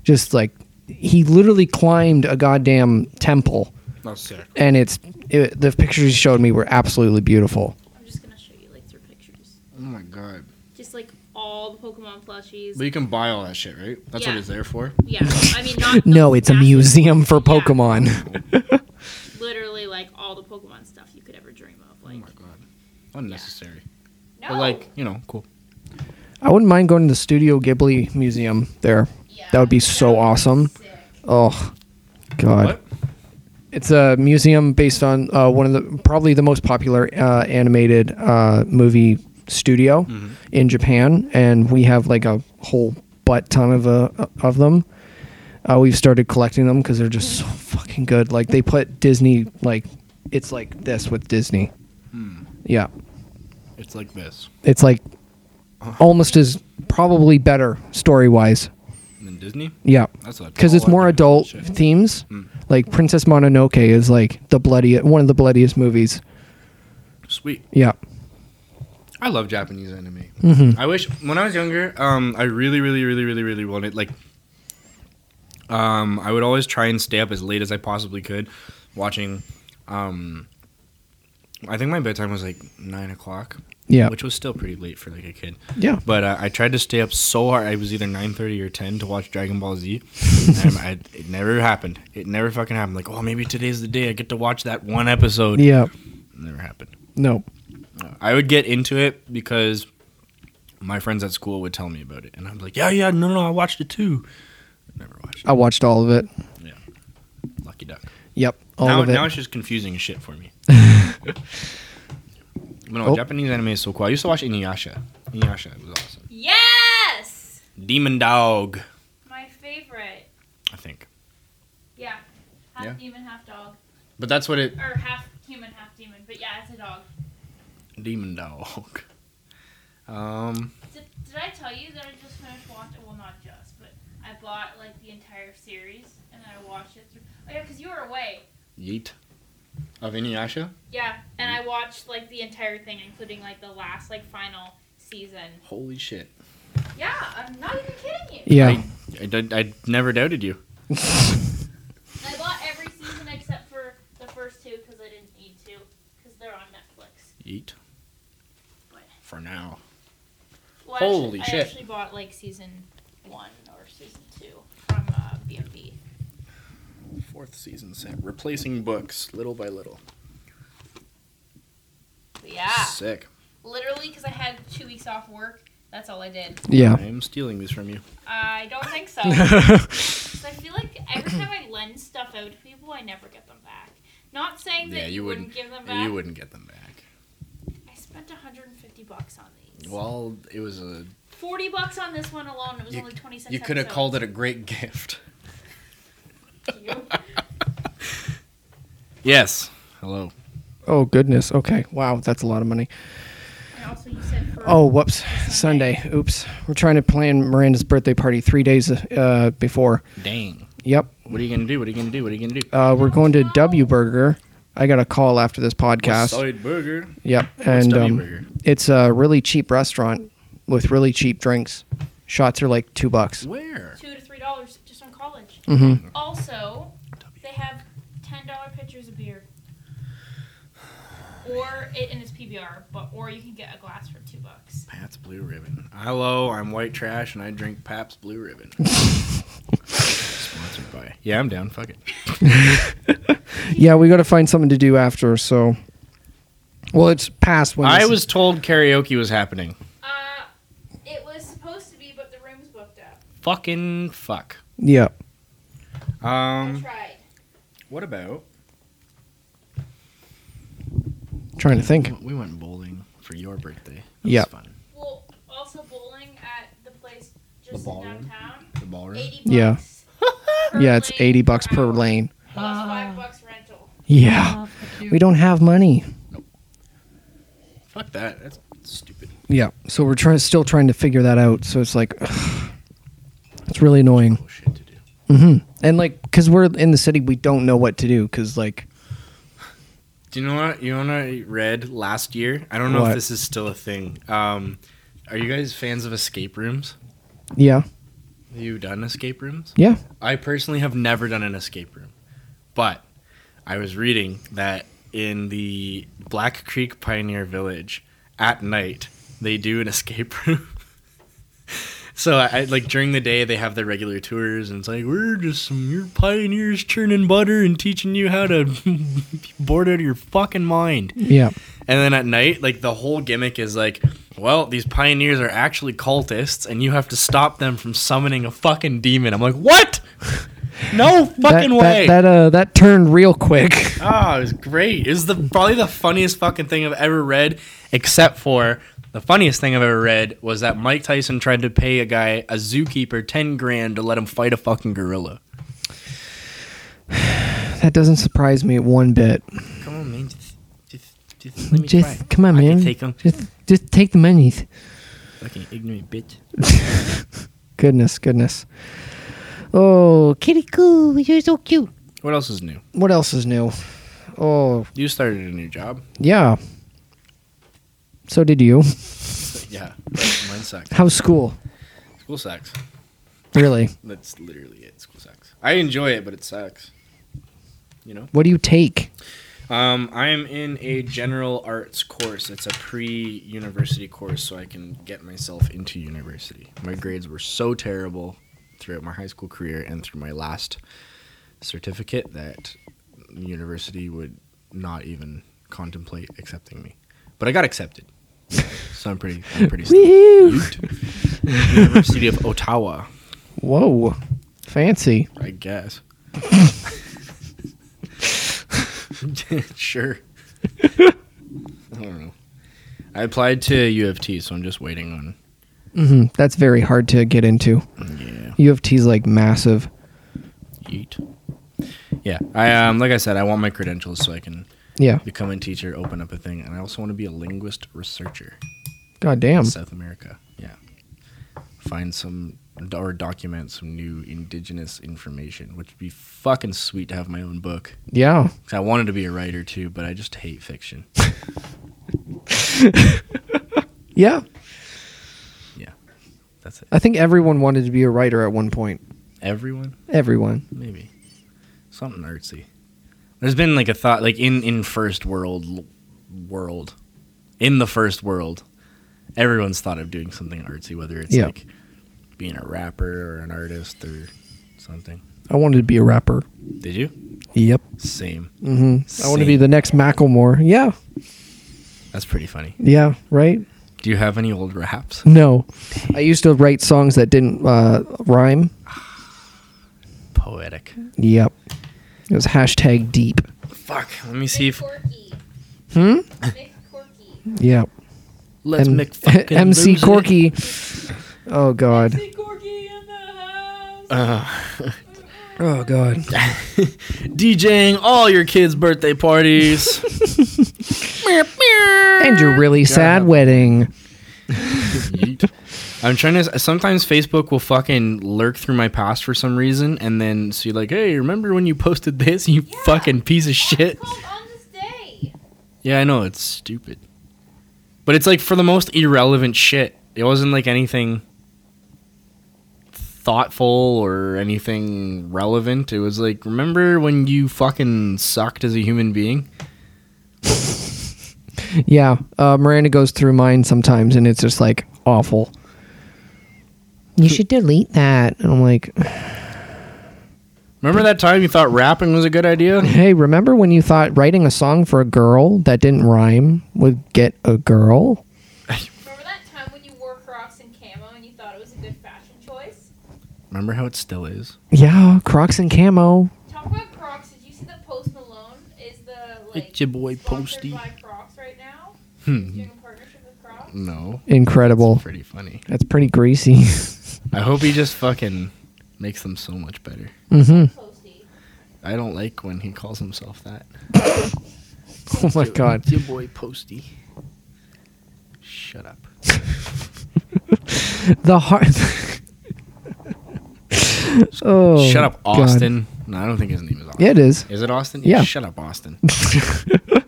[SPEAKER 1] just like he literally climbed a goddamn temple,
[SPEAKER 2] That's Oh, sick.
[SPEAKER 1] and it's it, the pictures he showed me were absolutely beautiful.
[SPEAKER 3] I'm just gonna show you like through pictures.
[SPEAKER 2] Oh my god.
[SPEAKER 3] Just like all the Pokemon plushies.
[SPEAKER 2] But you can buy all that shit, right? That's what
[SPEAKER 3] Yeah.
[SPEAKER 2] it's there for.
[SPEAKER 3] yeah, I mean not.
[SPEAKER 1] No,
[SPEAKER 3] those
[SPEAKER 1] it's a
[SPEAKER 3] massive-
[SPEAKER 1] museum for
[SPEAKER 3] Yeah,
[SPEAKER 1] Pokemon.
[SPEAKER 3] literally, like all the Pokemon stuff you could ever dream of.
[SPEAKER 2] Oh
[SPEAKER 3] Like,
[SPEAKER 2] my god. Unnecessary.
[SPEAKER 3] no.
[SPEAKER 2] But like, you know, cool.
[SPEAKER 1] I wouldn't mind going to the Studio Ghibli museum there.
[SPEAKER 3] Yeah,
[SPEAKER 1] that would be so
[SPEAKER 3] be
[SPEAKER 1] awesome.
[SPEAKER 3] sick.
[SPEAKER 1] Oh, God.
[SPEAKER 2] What?
[SPEAKER 1] It's a museum based on uh, one of the probably the most popular uh, animated uh, movie studio in Japan, and we have like a whole butt ton of uh, of them. Uh, we've started collecting them because they're just so fucking good. Like they put Disney like it's like this with Disney. Yeah,
[SPEAKER 2] It's like this.
[SPEAKER 1] it's like almost as probably better story wise.
[SPEAKER 2] And then Disney?
[SPEAKER 1] Yeah,
[SPEAKER 2] That's a
[SPEAKER 1] because it's
[SPEAKER 2] tall
[SPEAKER 1] more
[SPEAKER 2] idea.
[SPEAKER 1] adult
[SPEAKER 2] Shit.
[SPEAKER 1] themes.
[SPEAKER 2] Hmm.
[SPEAKER 1] Like Princess Mononoke is like the bloody one of the bloodiest movies.
[SPEAKER 2] Sweet.
[SPEAKER 1] Yeah.
[SPEAKER 2] I love Japanese anime.
[SPEAKER 1] Mm-hmm.
[SPEAKER 2] I wish when I was younger, um, I really, really, really, really, really wanted like um I would always try and stay up as late as I possibly could watching um I think my bedtime was like nine o'clock.
[SPEAKER 1] Yeah.
[SPEAKER 2] Which was still pretty late for like a kid.
[SPEAKER 1] yeah.
[SPEAKER 2] But uh, I tried to stay up so hard. I was either nine thirty or ten to watch Dragon Ball Z. and I, it never happened. It never fucking happened. Like, oh, maybe today's the day I get to watch that one episode.
[SPEAKER 1] Yeah.
[SPEAKER 2] never happened.
[SPEAKER 1] No.
[SPEAKER 2] I would get into it because my friends at school would tell me about it, and I'm like, yeah, yeah, no, no, I watched it too. Never watched.
[SPEAKER 1] I watched all of it.
[SPEAKER 2] it. Yeah, lucky duck.
[SPEAKER 1] Yep. All
[SPEAKER 2] now,
[SPEAKER 1] of it.
[SPEAKER 2] now it's just confusing as shit for me. but no,
[SPEAKER 1] Oh.
[SPEAKER 2] Japanese anime is so cool. I used to watch Inuyasha. Inuyasha was awesome.
[SPEAKER 3] Yes,
[SPEAKER 2] Demon Dog,
[SPEAKER 3] my favorite.
[SPEAKER 2] I think.
[SPEAKER 3] Yeah, half
[SPEAKER 2] Yeah.
[SPEAKER 3] demon, half dog,
[SPEAKER 2] But that's what it
[SPEAKER 3] or half human, half demon. But yeah, it's a dog.
[SPEAKER 2] Demon Dog. Um,
[SPEAKER 3] Did, did I tell you that I just finished watching? Well, not just, but I bought like the entire series and then I watched it through. Oh yeah, 'cause you were away.
[SPEAKER 2] Yeet. Of Inuyasha?
[SPEAKER 3] Yeah, and I watched like the entire thing, including like the last like final season.
[SPEAKER 2] Holy shit.
[SPEAKER 3] Yeah, I'm not even kidding you.
[SPEAKER 1] yeah.
[SPEAKER 2] I, did- I never doubted you.
[SPEAKER 3] I bought every season except for the first two because I didn't need to because they're on Netflix.
[SPEAKER 2] Yeet. For now.
[SPEAKER 3] Well, I actu-
[SPEAKER 2] Holy
[SPEAKER 3] I
[SPEAKER 2] shit.
[SPEAKER 3] actually bought like season one or season two from uh, BMB.
[SPEAKER 2] Fourth season set. Replacing books little by little.
[SPEAKER 3] But yeah,
[SPEAKER 2] Sick.
[SPEAKER 3] literally because I had two weeks off work. That's all I did.
[SPEAKER 1] Yeah.
[SPEAKER 2] I am stealing this from you.
[SPEAKER 3] I don't think so. 'Cause I feel like every time I lend stuff out to people, I never get them back. Not saying that
[SPEAKER 2] Yeah,
[SPEAKER 3] you
[SPEAKER 2] you
[SPEAKER 3] wouldn't,
[SPEAKER 2] wouldn't.
[SPEAKER 3] give them back.
[SPEAKER 2] You wouldn't get them back.
[SPEAKER 3] I spent 150 fifty bucks on these.
[SPEAKER 2] Well, it was a.
[SPEAKER 3] Forty bucks on this one alone. It was only twenty six.
[SPEAKER 2] You could have called it a great gift. Yes. Hello.
[SPEAKER 1] Oh goodness. Okay. Wow, that's a lot of money.
[SPEAKER 3] And also, you said for
[SPEAKER 1] Oh, whoops. Sunday. Oops. We're trying to plan Miranda's birthday party three days uh, before.
[SPEAKER 2] Dang.
[SPEAKER 1] Yep.
[SPEAKER 2] What are you gonna do? What are you gonna do? What are you gonna do?
[SPEAKER 1] Uh, we're going to W Burger. I got a call after this podcast.
[SPEAKER 2] Side burger.
[SPEAKER 1] Yep, and
[SPEAKER 2] W Burger?
[SPEAKER 1] um, it's a really cheap restaurant with really cheap drinks. Shots are like two bucks.
[SPEAKER 2] Where?
[SPEAKER 3] two to three dollars just on college.
[SPEAKER 1] Mm-hmm.
[SPEAKER 3] Also, they have ten dollar pitchers of beer, or it and it's PBR, but or you can get a glass for two bucks.
[SPEAKER 2] Pat's Blue Ribbon. Hello, I'm white trash and I drink Pat's Blue Ribbon. Sponsored by. Yeah, I'm down. Fuck it.
[SPEAKER 1] Yeah, we got to find something to do after. So, well, it's past when
[SPEAKER 2] I
[SPEAKER 1] this-
[SPEAKER 2] was told karaoke was happening.
[SPEAKER 3] Uh, it was supposed to be, but the room's booked up.
[SPEAKER 2] Fucking fuck.
[SPEAKER 1] Yeah,
[SPEAKER 3] I
[SPEAKER 8] Um,
[SPEAKER 3] tried.
[SPEAKER 2] What about?
[SPEAKER 1] trying to think.
[SPEAKER 2] We went bowling for your birthday. That
[SPEAKER 1] Yeah.
[SPEAKER 2] was fun.
[SPEAKER 3] Well, also bowling at the place just in
[SPEAKER 2] ballroom?
[SPEAKER 3] downtown.
[SPEAKER 2] The ballroom.
[SPEAKER 3] Eighty bucks.
[SPEAKER 1] Yeah.
[SPEAKER 3] per
[SPEAKER 1] Yeah, it's
[SPEAKER 3] lane
[SPEAKER 1] eighty bucks per
[SPEAKER 3] hour,
[SPEAKER 1] lane.
[SPEAKER 3] Plus five bucks rental.
[SPEAKER 1] Yeah, we don't have money.
[SPEAKER 2] Fuck that. That's stupid.
[SPEAKER 1] Yeah, so we're trying, still trying to figure that out. So it's like, it's really annoying.
[SPEAKER 2] Bullshit to do.
[SPEAKER 1] And like, because we're in the city, we don't know what to do. Because like,
[SPEAKER 2] Do you know what you want to read last year? I don't know
[SPEAKER 1] What?
[SPEAKER 2] if this is still a thing. Um, are you guys fans of escape rooms?
[SPEAKER 1] yeah,
[SPEAKER 2] Have you done escape rooms?
[SPEAKER 1] yeah,
[SPEAKER 2] I personally have never done an escape room, but I was reading that in the Black Creek Pioneer Village at night they do an escape room. so I I- like during the day they have their regular tours and it's like we're just some your pioneers churning butter and teaching you how to board out of your fucking mind.
[SPEAKER 1] yeah.
[SPEAKER 2] And then at night, like the whole gimmick is like, well, these pioneers are actually cultists, and you have to stop them from summoning a fucking demon. I'm like, what? No fucking
[SPEAKER 1] That,
[SPEAKER 2] way.
[SPEAKER 1] that that uh that turned real quick.
[SPEAKER 2] Ah, it was great. It was the probably the funniest fucking thing I've ever read, except for the funniest thing I've ever read was that Mike Tyson tried to pay a guy, a zookeeper, ten grand to let him fight a fucking gorilla.
[SPEAKER 1] That doesn't surprise me one bit.
[SPEAKER 2] Come on, man. Just, just, just let me
[SPEAKER 1] Just
[SPEAKER 2] try.
[SPEAKER 1] come on,
[SPEAKER 2] I can
[SPEAKER 1] man.
[SPEAKER 2] take him.
[SPEAKER 1] Just, just take the monies.
[SPEAKER 2] Fucking ignorant bitch.
[SPEAKER 1] Goodness, goodness. Oh, kitty coo, you're so cute.
[SPEAKER 2] What else is new?
[SPEAKER 1] What else is new? Oh,
[SPEAKER 2] You started a new job.
[SPEAKER 1] yeah. So did you?
[SPEAKER 2] Yeah, but mine sucks.
[SPEAKER 1] How's school?
[SPEAKER 2] School sucks.
[SPEAKER 1] Really?
[SPEAKER 2] That's literally it. School sucks. I enjoy it, but it sucks. You know.
[SPEAKER 1] What do you take?
[SPEAKER 2] Um, I am in a general arts course. It's a pre-university course, so I can get myself into university. My grades were so terrible throughout my high school career and through my last certificate that university would not even contemplate accepting me. But I got accepted, so I'm pretty. I'm pretty. stoked. university of Ottawa.
[SPEAKER 1] Whoa, fancy.
[SPEAKER 2] I guess. sure. I don't know. I applied to U of T, so I'm just waiting on.
[SPEAKER 1] hmm That's very hard to get into.
[SPEAKER 2] Yeah.
[SPEAKER 1] U of T's like massive.
[SPEAKER 2] Yeet. Yeah. I um like I said, I want my credentials so I can
[SPEAKER 1] Yeah.
[SPEAKER 2] become a teacher, open up a thing, and I also want to be a linguist researcher
[SPEAKER 1] God
[SPEAKER 2] in
[SPEAKER 1] damn.
[SPEAKER 2] South America. Yeah. Find some or document some new indigenous information, which would be fucking sweet to have my own book.
[SPEAKER 1] Yeah.
[SPEAKER 2] 'Cause I wanted to be a writer too, but I just hate fiction.
[SPEAKER 1] Yeah.
[SPEAKER 2] That's it.
[SPEAKER 1] I think everyone wanted to be a writer at one point.
[SPEAKER 2] Everyone,
[SPEAKER 1] Everyone.
[SPEAKER 2] maybe something artsy. There's been like a thought, like in in first world l- world, in the first world, everyone's thought of doing something artsy, whether it's
[SPEAKER 1] Yeah.
[SPEAKER 2] like being a rapper or an artist or something.
[SPEAKER 1] I wanted to be a rapper.
[SPEAKER 2] Did you?
[SPEAKER 1] Yep.
[SPEAKER 2] Same.
[SPEAKER 1] hmm I want to be
[SPEAKER 2] Same.
[SPEAKER 1] the next Macklemore. Yeah.
[SPEAKER 2] That's pretty funny.
[SPEAKER 1] Yeah. Right.
[SPEAKER 2] Do you have any old raps?
[SPEAKER 1] No. I used to write songs that didn't uh, rhyme.
[SPEAKER 2] Poetic.
[SPEAKER 1] Yep. It was hashtag deep.
[SPEAKER 2] Fuck. Let me see if
[SPEAKER 3] Corky.
[SPEAKER 1] Hmm.
[SPEAKER 3] Mick Corky.
[SPEAKER 1] Yep.
[SPEAKER 2] Let's
[SPEAKER 1] M-
[SPEAKER 2] make fucking
[SPEAKER 1] MC
[SPEAKER 2] lose it.
[SPEAKER 1] Corky. Oh God.
[SPEAKER 3] Corky in the house.
[SPEAKER 1] Oh God.
[SPEAKER 2] DJing all your kids' birthday parties.
[SPEAKER 1] And your really sad wedding.
[SPEAKER 2] Yeet. I'm trying to. Sometimes Facebook will fucking lurk through my past for some reason, and then see like, "Hey, remember when you posted this? You
[SPEAKER 3] Yeah.
[SPEAKER 2] fucking piece of shit."
[SPEAKER 3] It's called on this day.
[SPEAKER 2] Yeah, I know it's stupid, but it's like for the most irrelevant shit. It wasn't like anything thoughtful or anything relevant. It was like, remember when you fucking sucked as a human being?
[SPEAKER 1] Yeah. Uh, Miranda goes through mine sometimes, and it's just like awful. You should delete that. And I'm like,
[SPEAKER 2] Remember that time you thought rapping was a good idea?
[SPEAKER 1] hey, remember when you thought writing a song for a girl that didn't rhyme would get a girl?
[SPEAKER 3] Remember that time when you wore Crocs and camo and you thought it was a good fashion choice?
[SPEAKER 2] Remember how it still is?
[SPEAKER 1] Yeah, Crocs and camo.
[SPEAKER 3] Talk about Crocs. Did you see that Post Malone is the like
[SPEAKER 2] It's your boy
[SPEAKER 3] sponsored
[SPEAKER 2] Posty.
[SPEAKER 3] by Crocs right now? He's
[SPEAKER 2] Hmm.
[SPEAKER 3] doing a partnership with Crocs.
[SPEAKER 2] No.
[SPEAKER 1] Incredible.
[SPEAKER 2] Pretty funny.
[SPEAKER 1] That's pretty greasy.
[SPEAKER 2] I hope he just fucking makes them so much better.
[SPEAKER 1] mm-hmm.
[SPEAKER 3] Posty.
[SPEAKER 2] I don't like when he calls himself that.
[SPEAKER 1] Oh my God.
[SPEAKER 2] It's your boy Posty. Shut up.
[SPEAKER 1] The heart. oh,
[SPEAKER 2] Shut up,
[SPEAKER 1] God.
[SPEAKER 2] Austin. No, I don't think his name is Austin.
[SPEAKER 1] Yeah, it is.
[SPEAKER 2] Is it Austin?
[SPEAKER 1] Yeah.
[SPEAKER 2] Shut up, Austin. What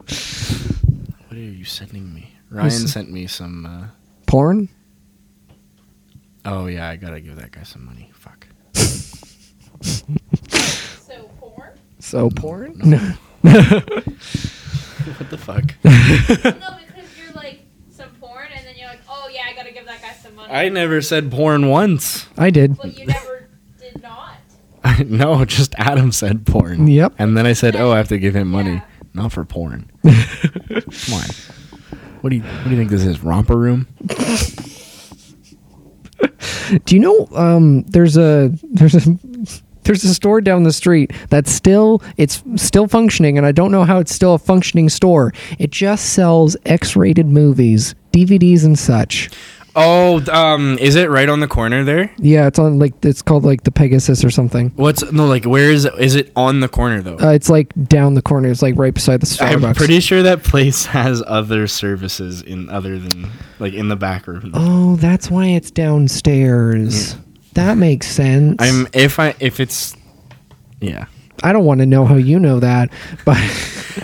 [SPEAKER 2] are you sending me? Ryan
[SPEAKER 1] Listen.
[SPEAKER 2] sent me some. Uh,
[SPEAKER 1] Porn?
[SPEAKER 2] oh yeah, I gotta give that guy some money. Fuck.
[SPEAKER 3] So porn?
[SPEAKER 1] So porn?
[SPEAKER 2] No. what the fuck?
[SPEAKER 3] no, because you're like some porn and then you're like, oh yeah, I gotta give that guy some money.
[SPEAKER 2] I never said porn once.
[SPEAKER 1] I did.
[SPEAKER 3] But you never did not.
[SPEAKER 2] no, just Adam said porn.
[SPEAKER 1] Yep.
[SPEAKER 2] And then I said, oh, I have to give him money,
[SPEAKER 3] Yeah.
[SPEAKER 2] not for porn. Come on. What do you What do you think this is? Romper room?
[SPEAKER 1] Do you know um, there's a there's a there's a store down the street that's still it's still functioning and I don't know how it's still a functioning store. It just sells X-rated movies, DVDs and such.
[SPEAKER 2] Oh, um, is it right on the corner there?
[SPEAKER 1] Yeah, it's on like it's called like the Pegasus or something.
[SPEAKER 2] What's no like? Where is is it on the corner though?
[SPEAKER 1] Uh, it's like down the corner. It's like right beside the Starbucks.
[SPEAKER 2] I'm pretty sure that place has other services in other than like in the back room.
[SPEAKER 1] oh, that's why it's downstairs. That makes sense.
[SPEAKER 2] I'm if I if it's yeah.
[SPEAKER 1] I don't want to know how you know that, but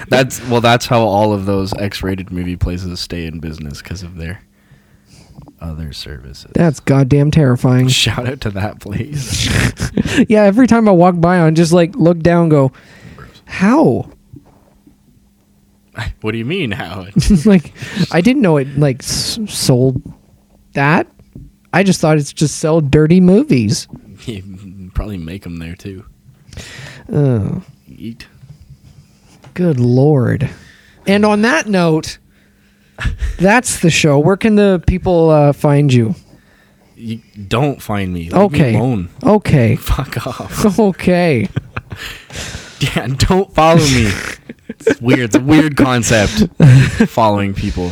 [SPEAKER 2] That's well. That's how all of those X-rated movie places stay in business because of their other services.
[SPEAKER 1] that's goddamn terrifying.
[SPEAKER 2] Shout out to that place.
[SPEAKER 1] Yeah, every time I walk by, I just like look down, and go, how?
[SPEAKER 2] what do you mean? How?
[SPEAKER 1] like, I didn't know it like s- sold that. I just thought it's just sell dirty movies.
[SPEAKER 2] You probably make them there too.
[SPEAKER 1] Oh,
[SPEAKER 2] Eat.
[SPEAKER 1] good lord! And on that note, that's the show. Where can the people uh, find you?
[SPEAKER 2] You don't find me. Leave
[SPEAKER 1] Okay.
[SPEAKER 2] Me alone.
[SPEAKER 1] Okay,
[SPEAKER 2] Fuck off.
[SPEAKER 1] okay.
[SPEAKER 2] Yeah. Don't follow me. it's weird. It's a weird concept. following people.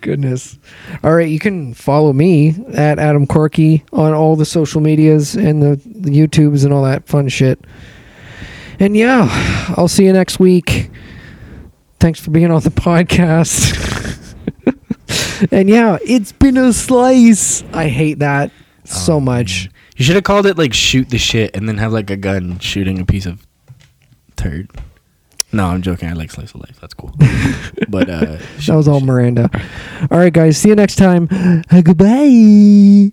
[SPEAKER 1] Goodness. All right, you can follow me at Adam Corky on all the social medias and the, the YouTubes and all that fun shit. And yeah, I'll see you next week. Thanks for being on the podcast. and yeah, it's been a slice. I hate that so much.
[SPEAKER 2] You should have called it like shoot the shit and then have like a gun shooting a piece of turd. No, I'm joking. I like slice of life. That's cool. but uh
[SPEAKER 1] That was all
[SPEAKER 2] shit.
[SPEAKER 1] Miranda. All right, guys, see you next time. Goodbye.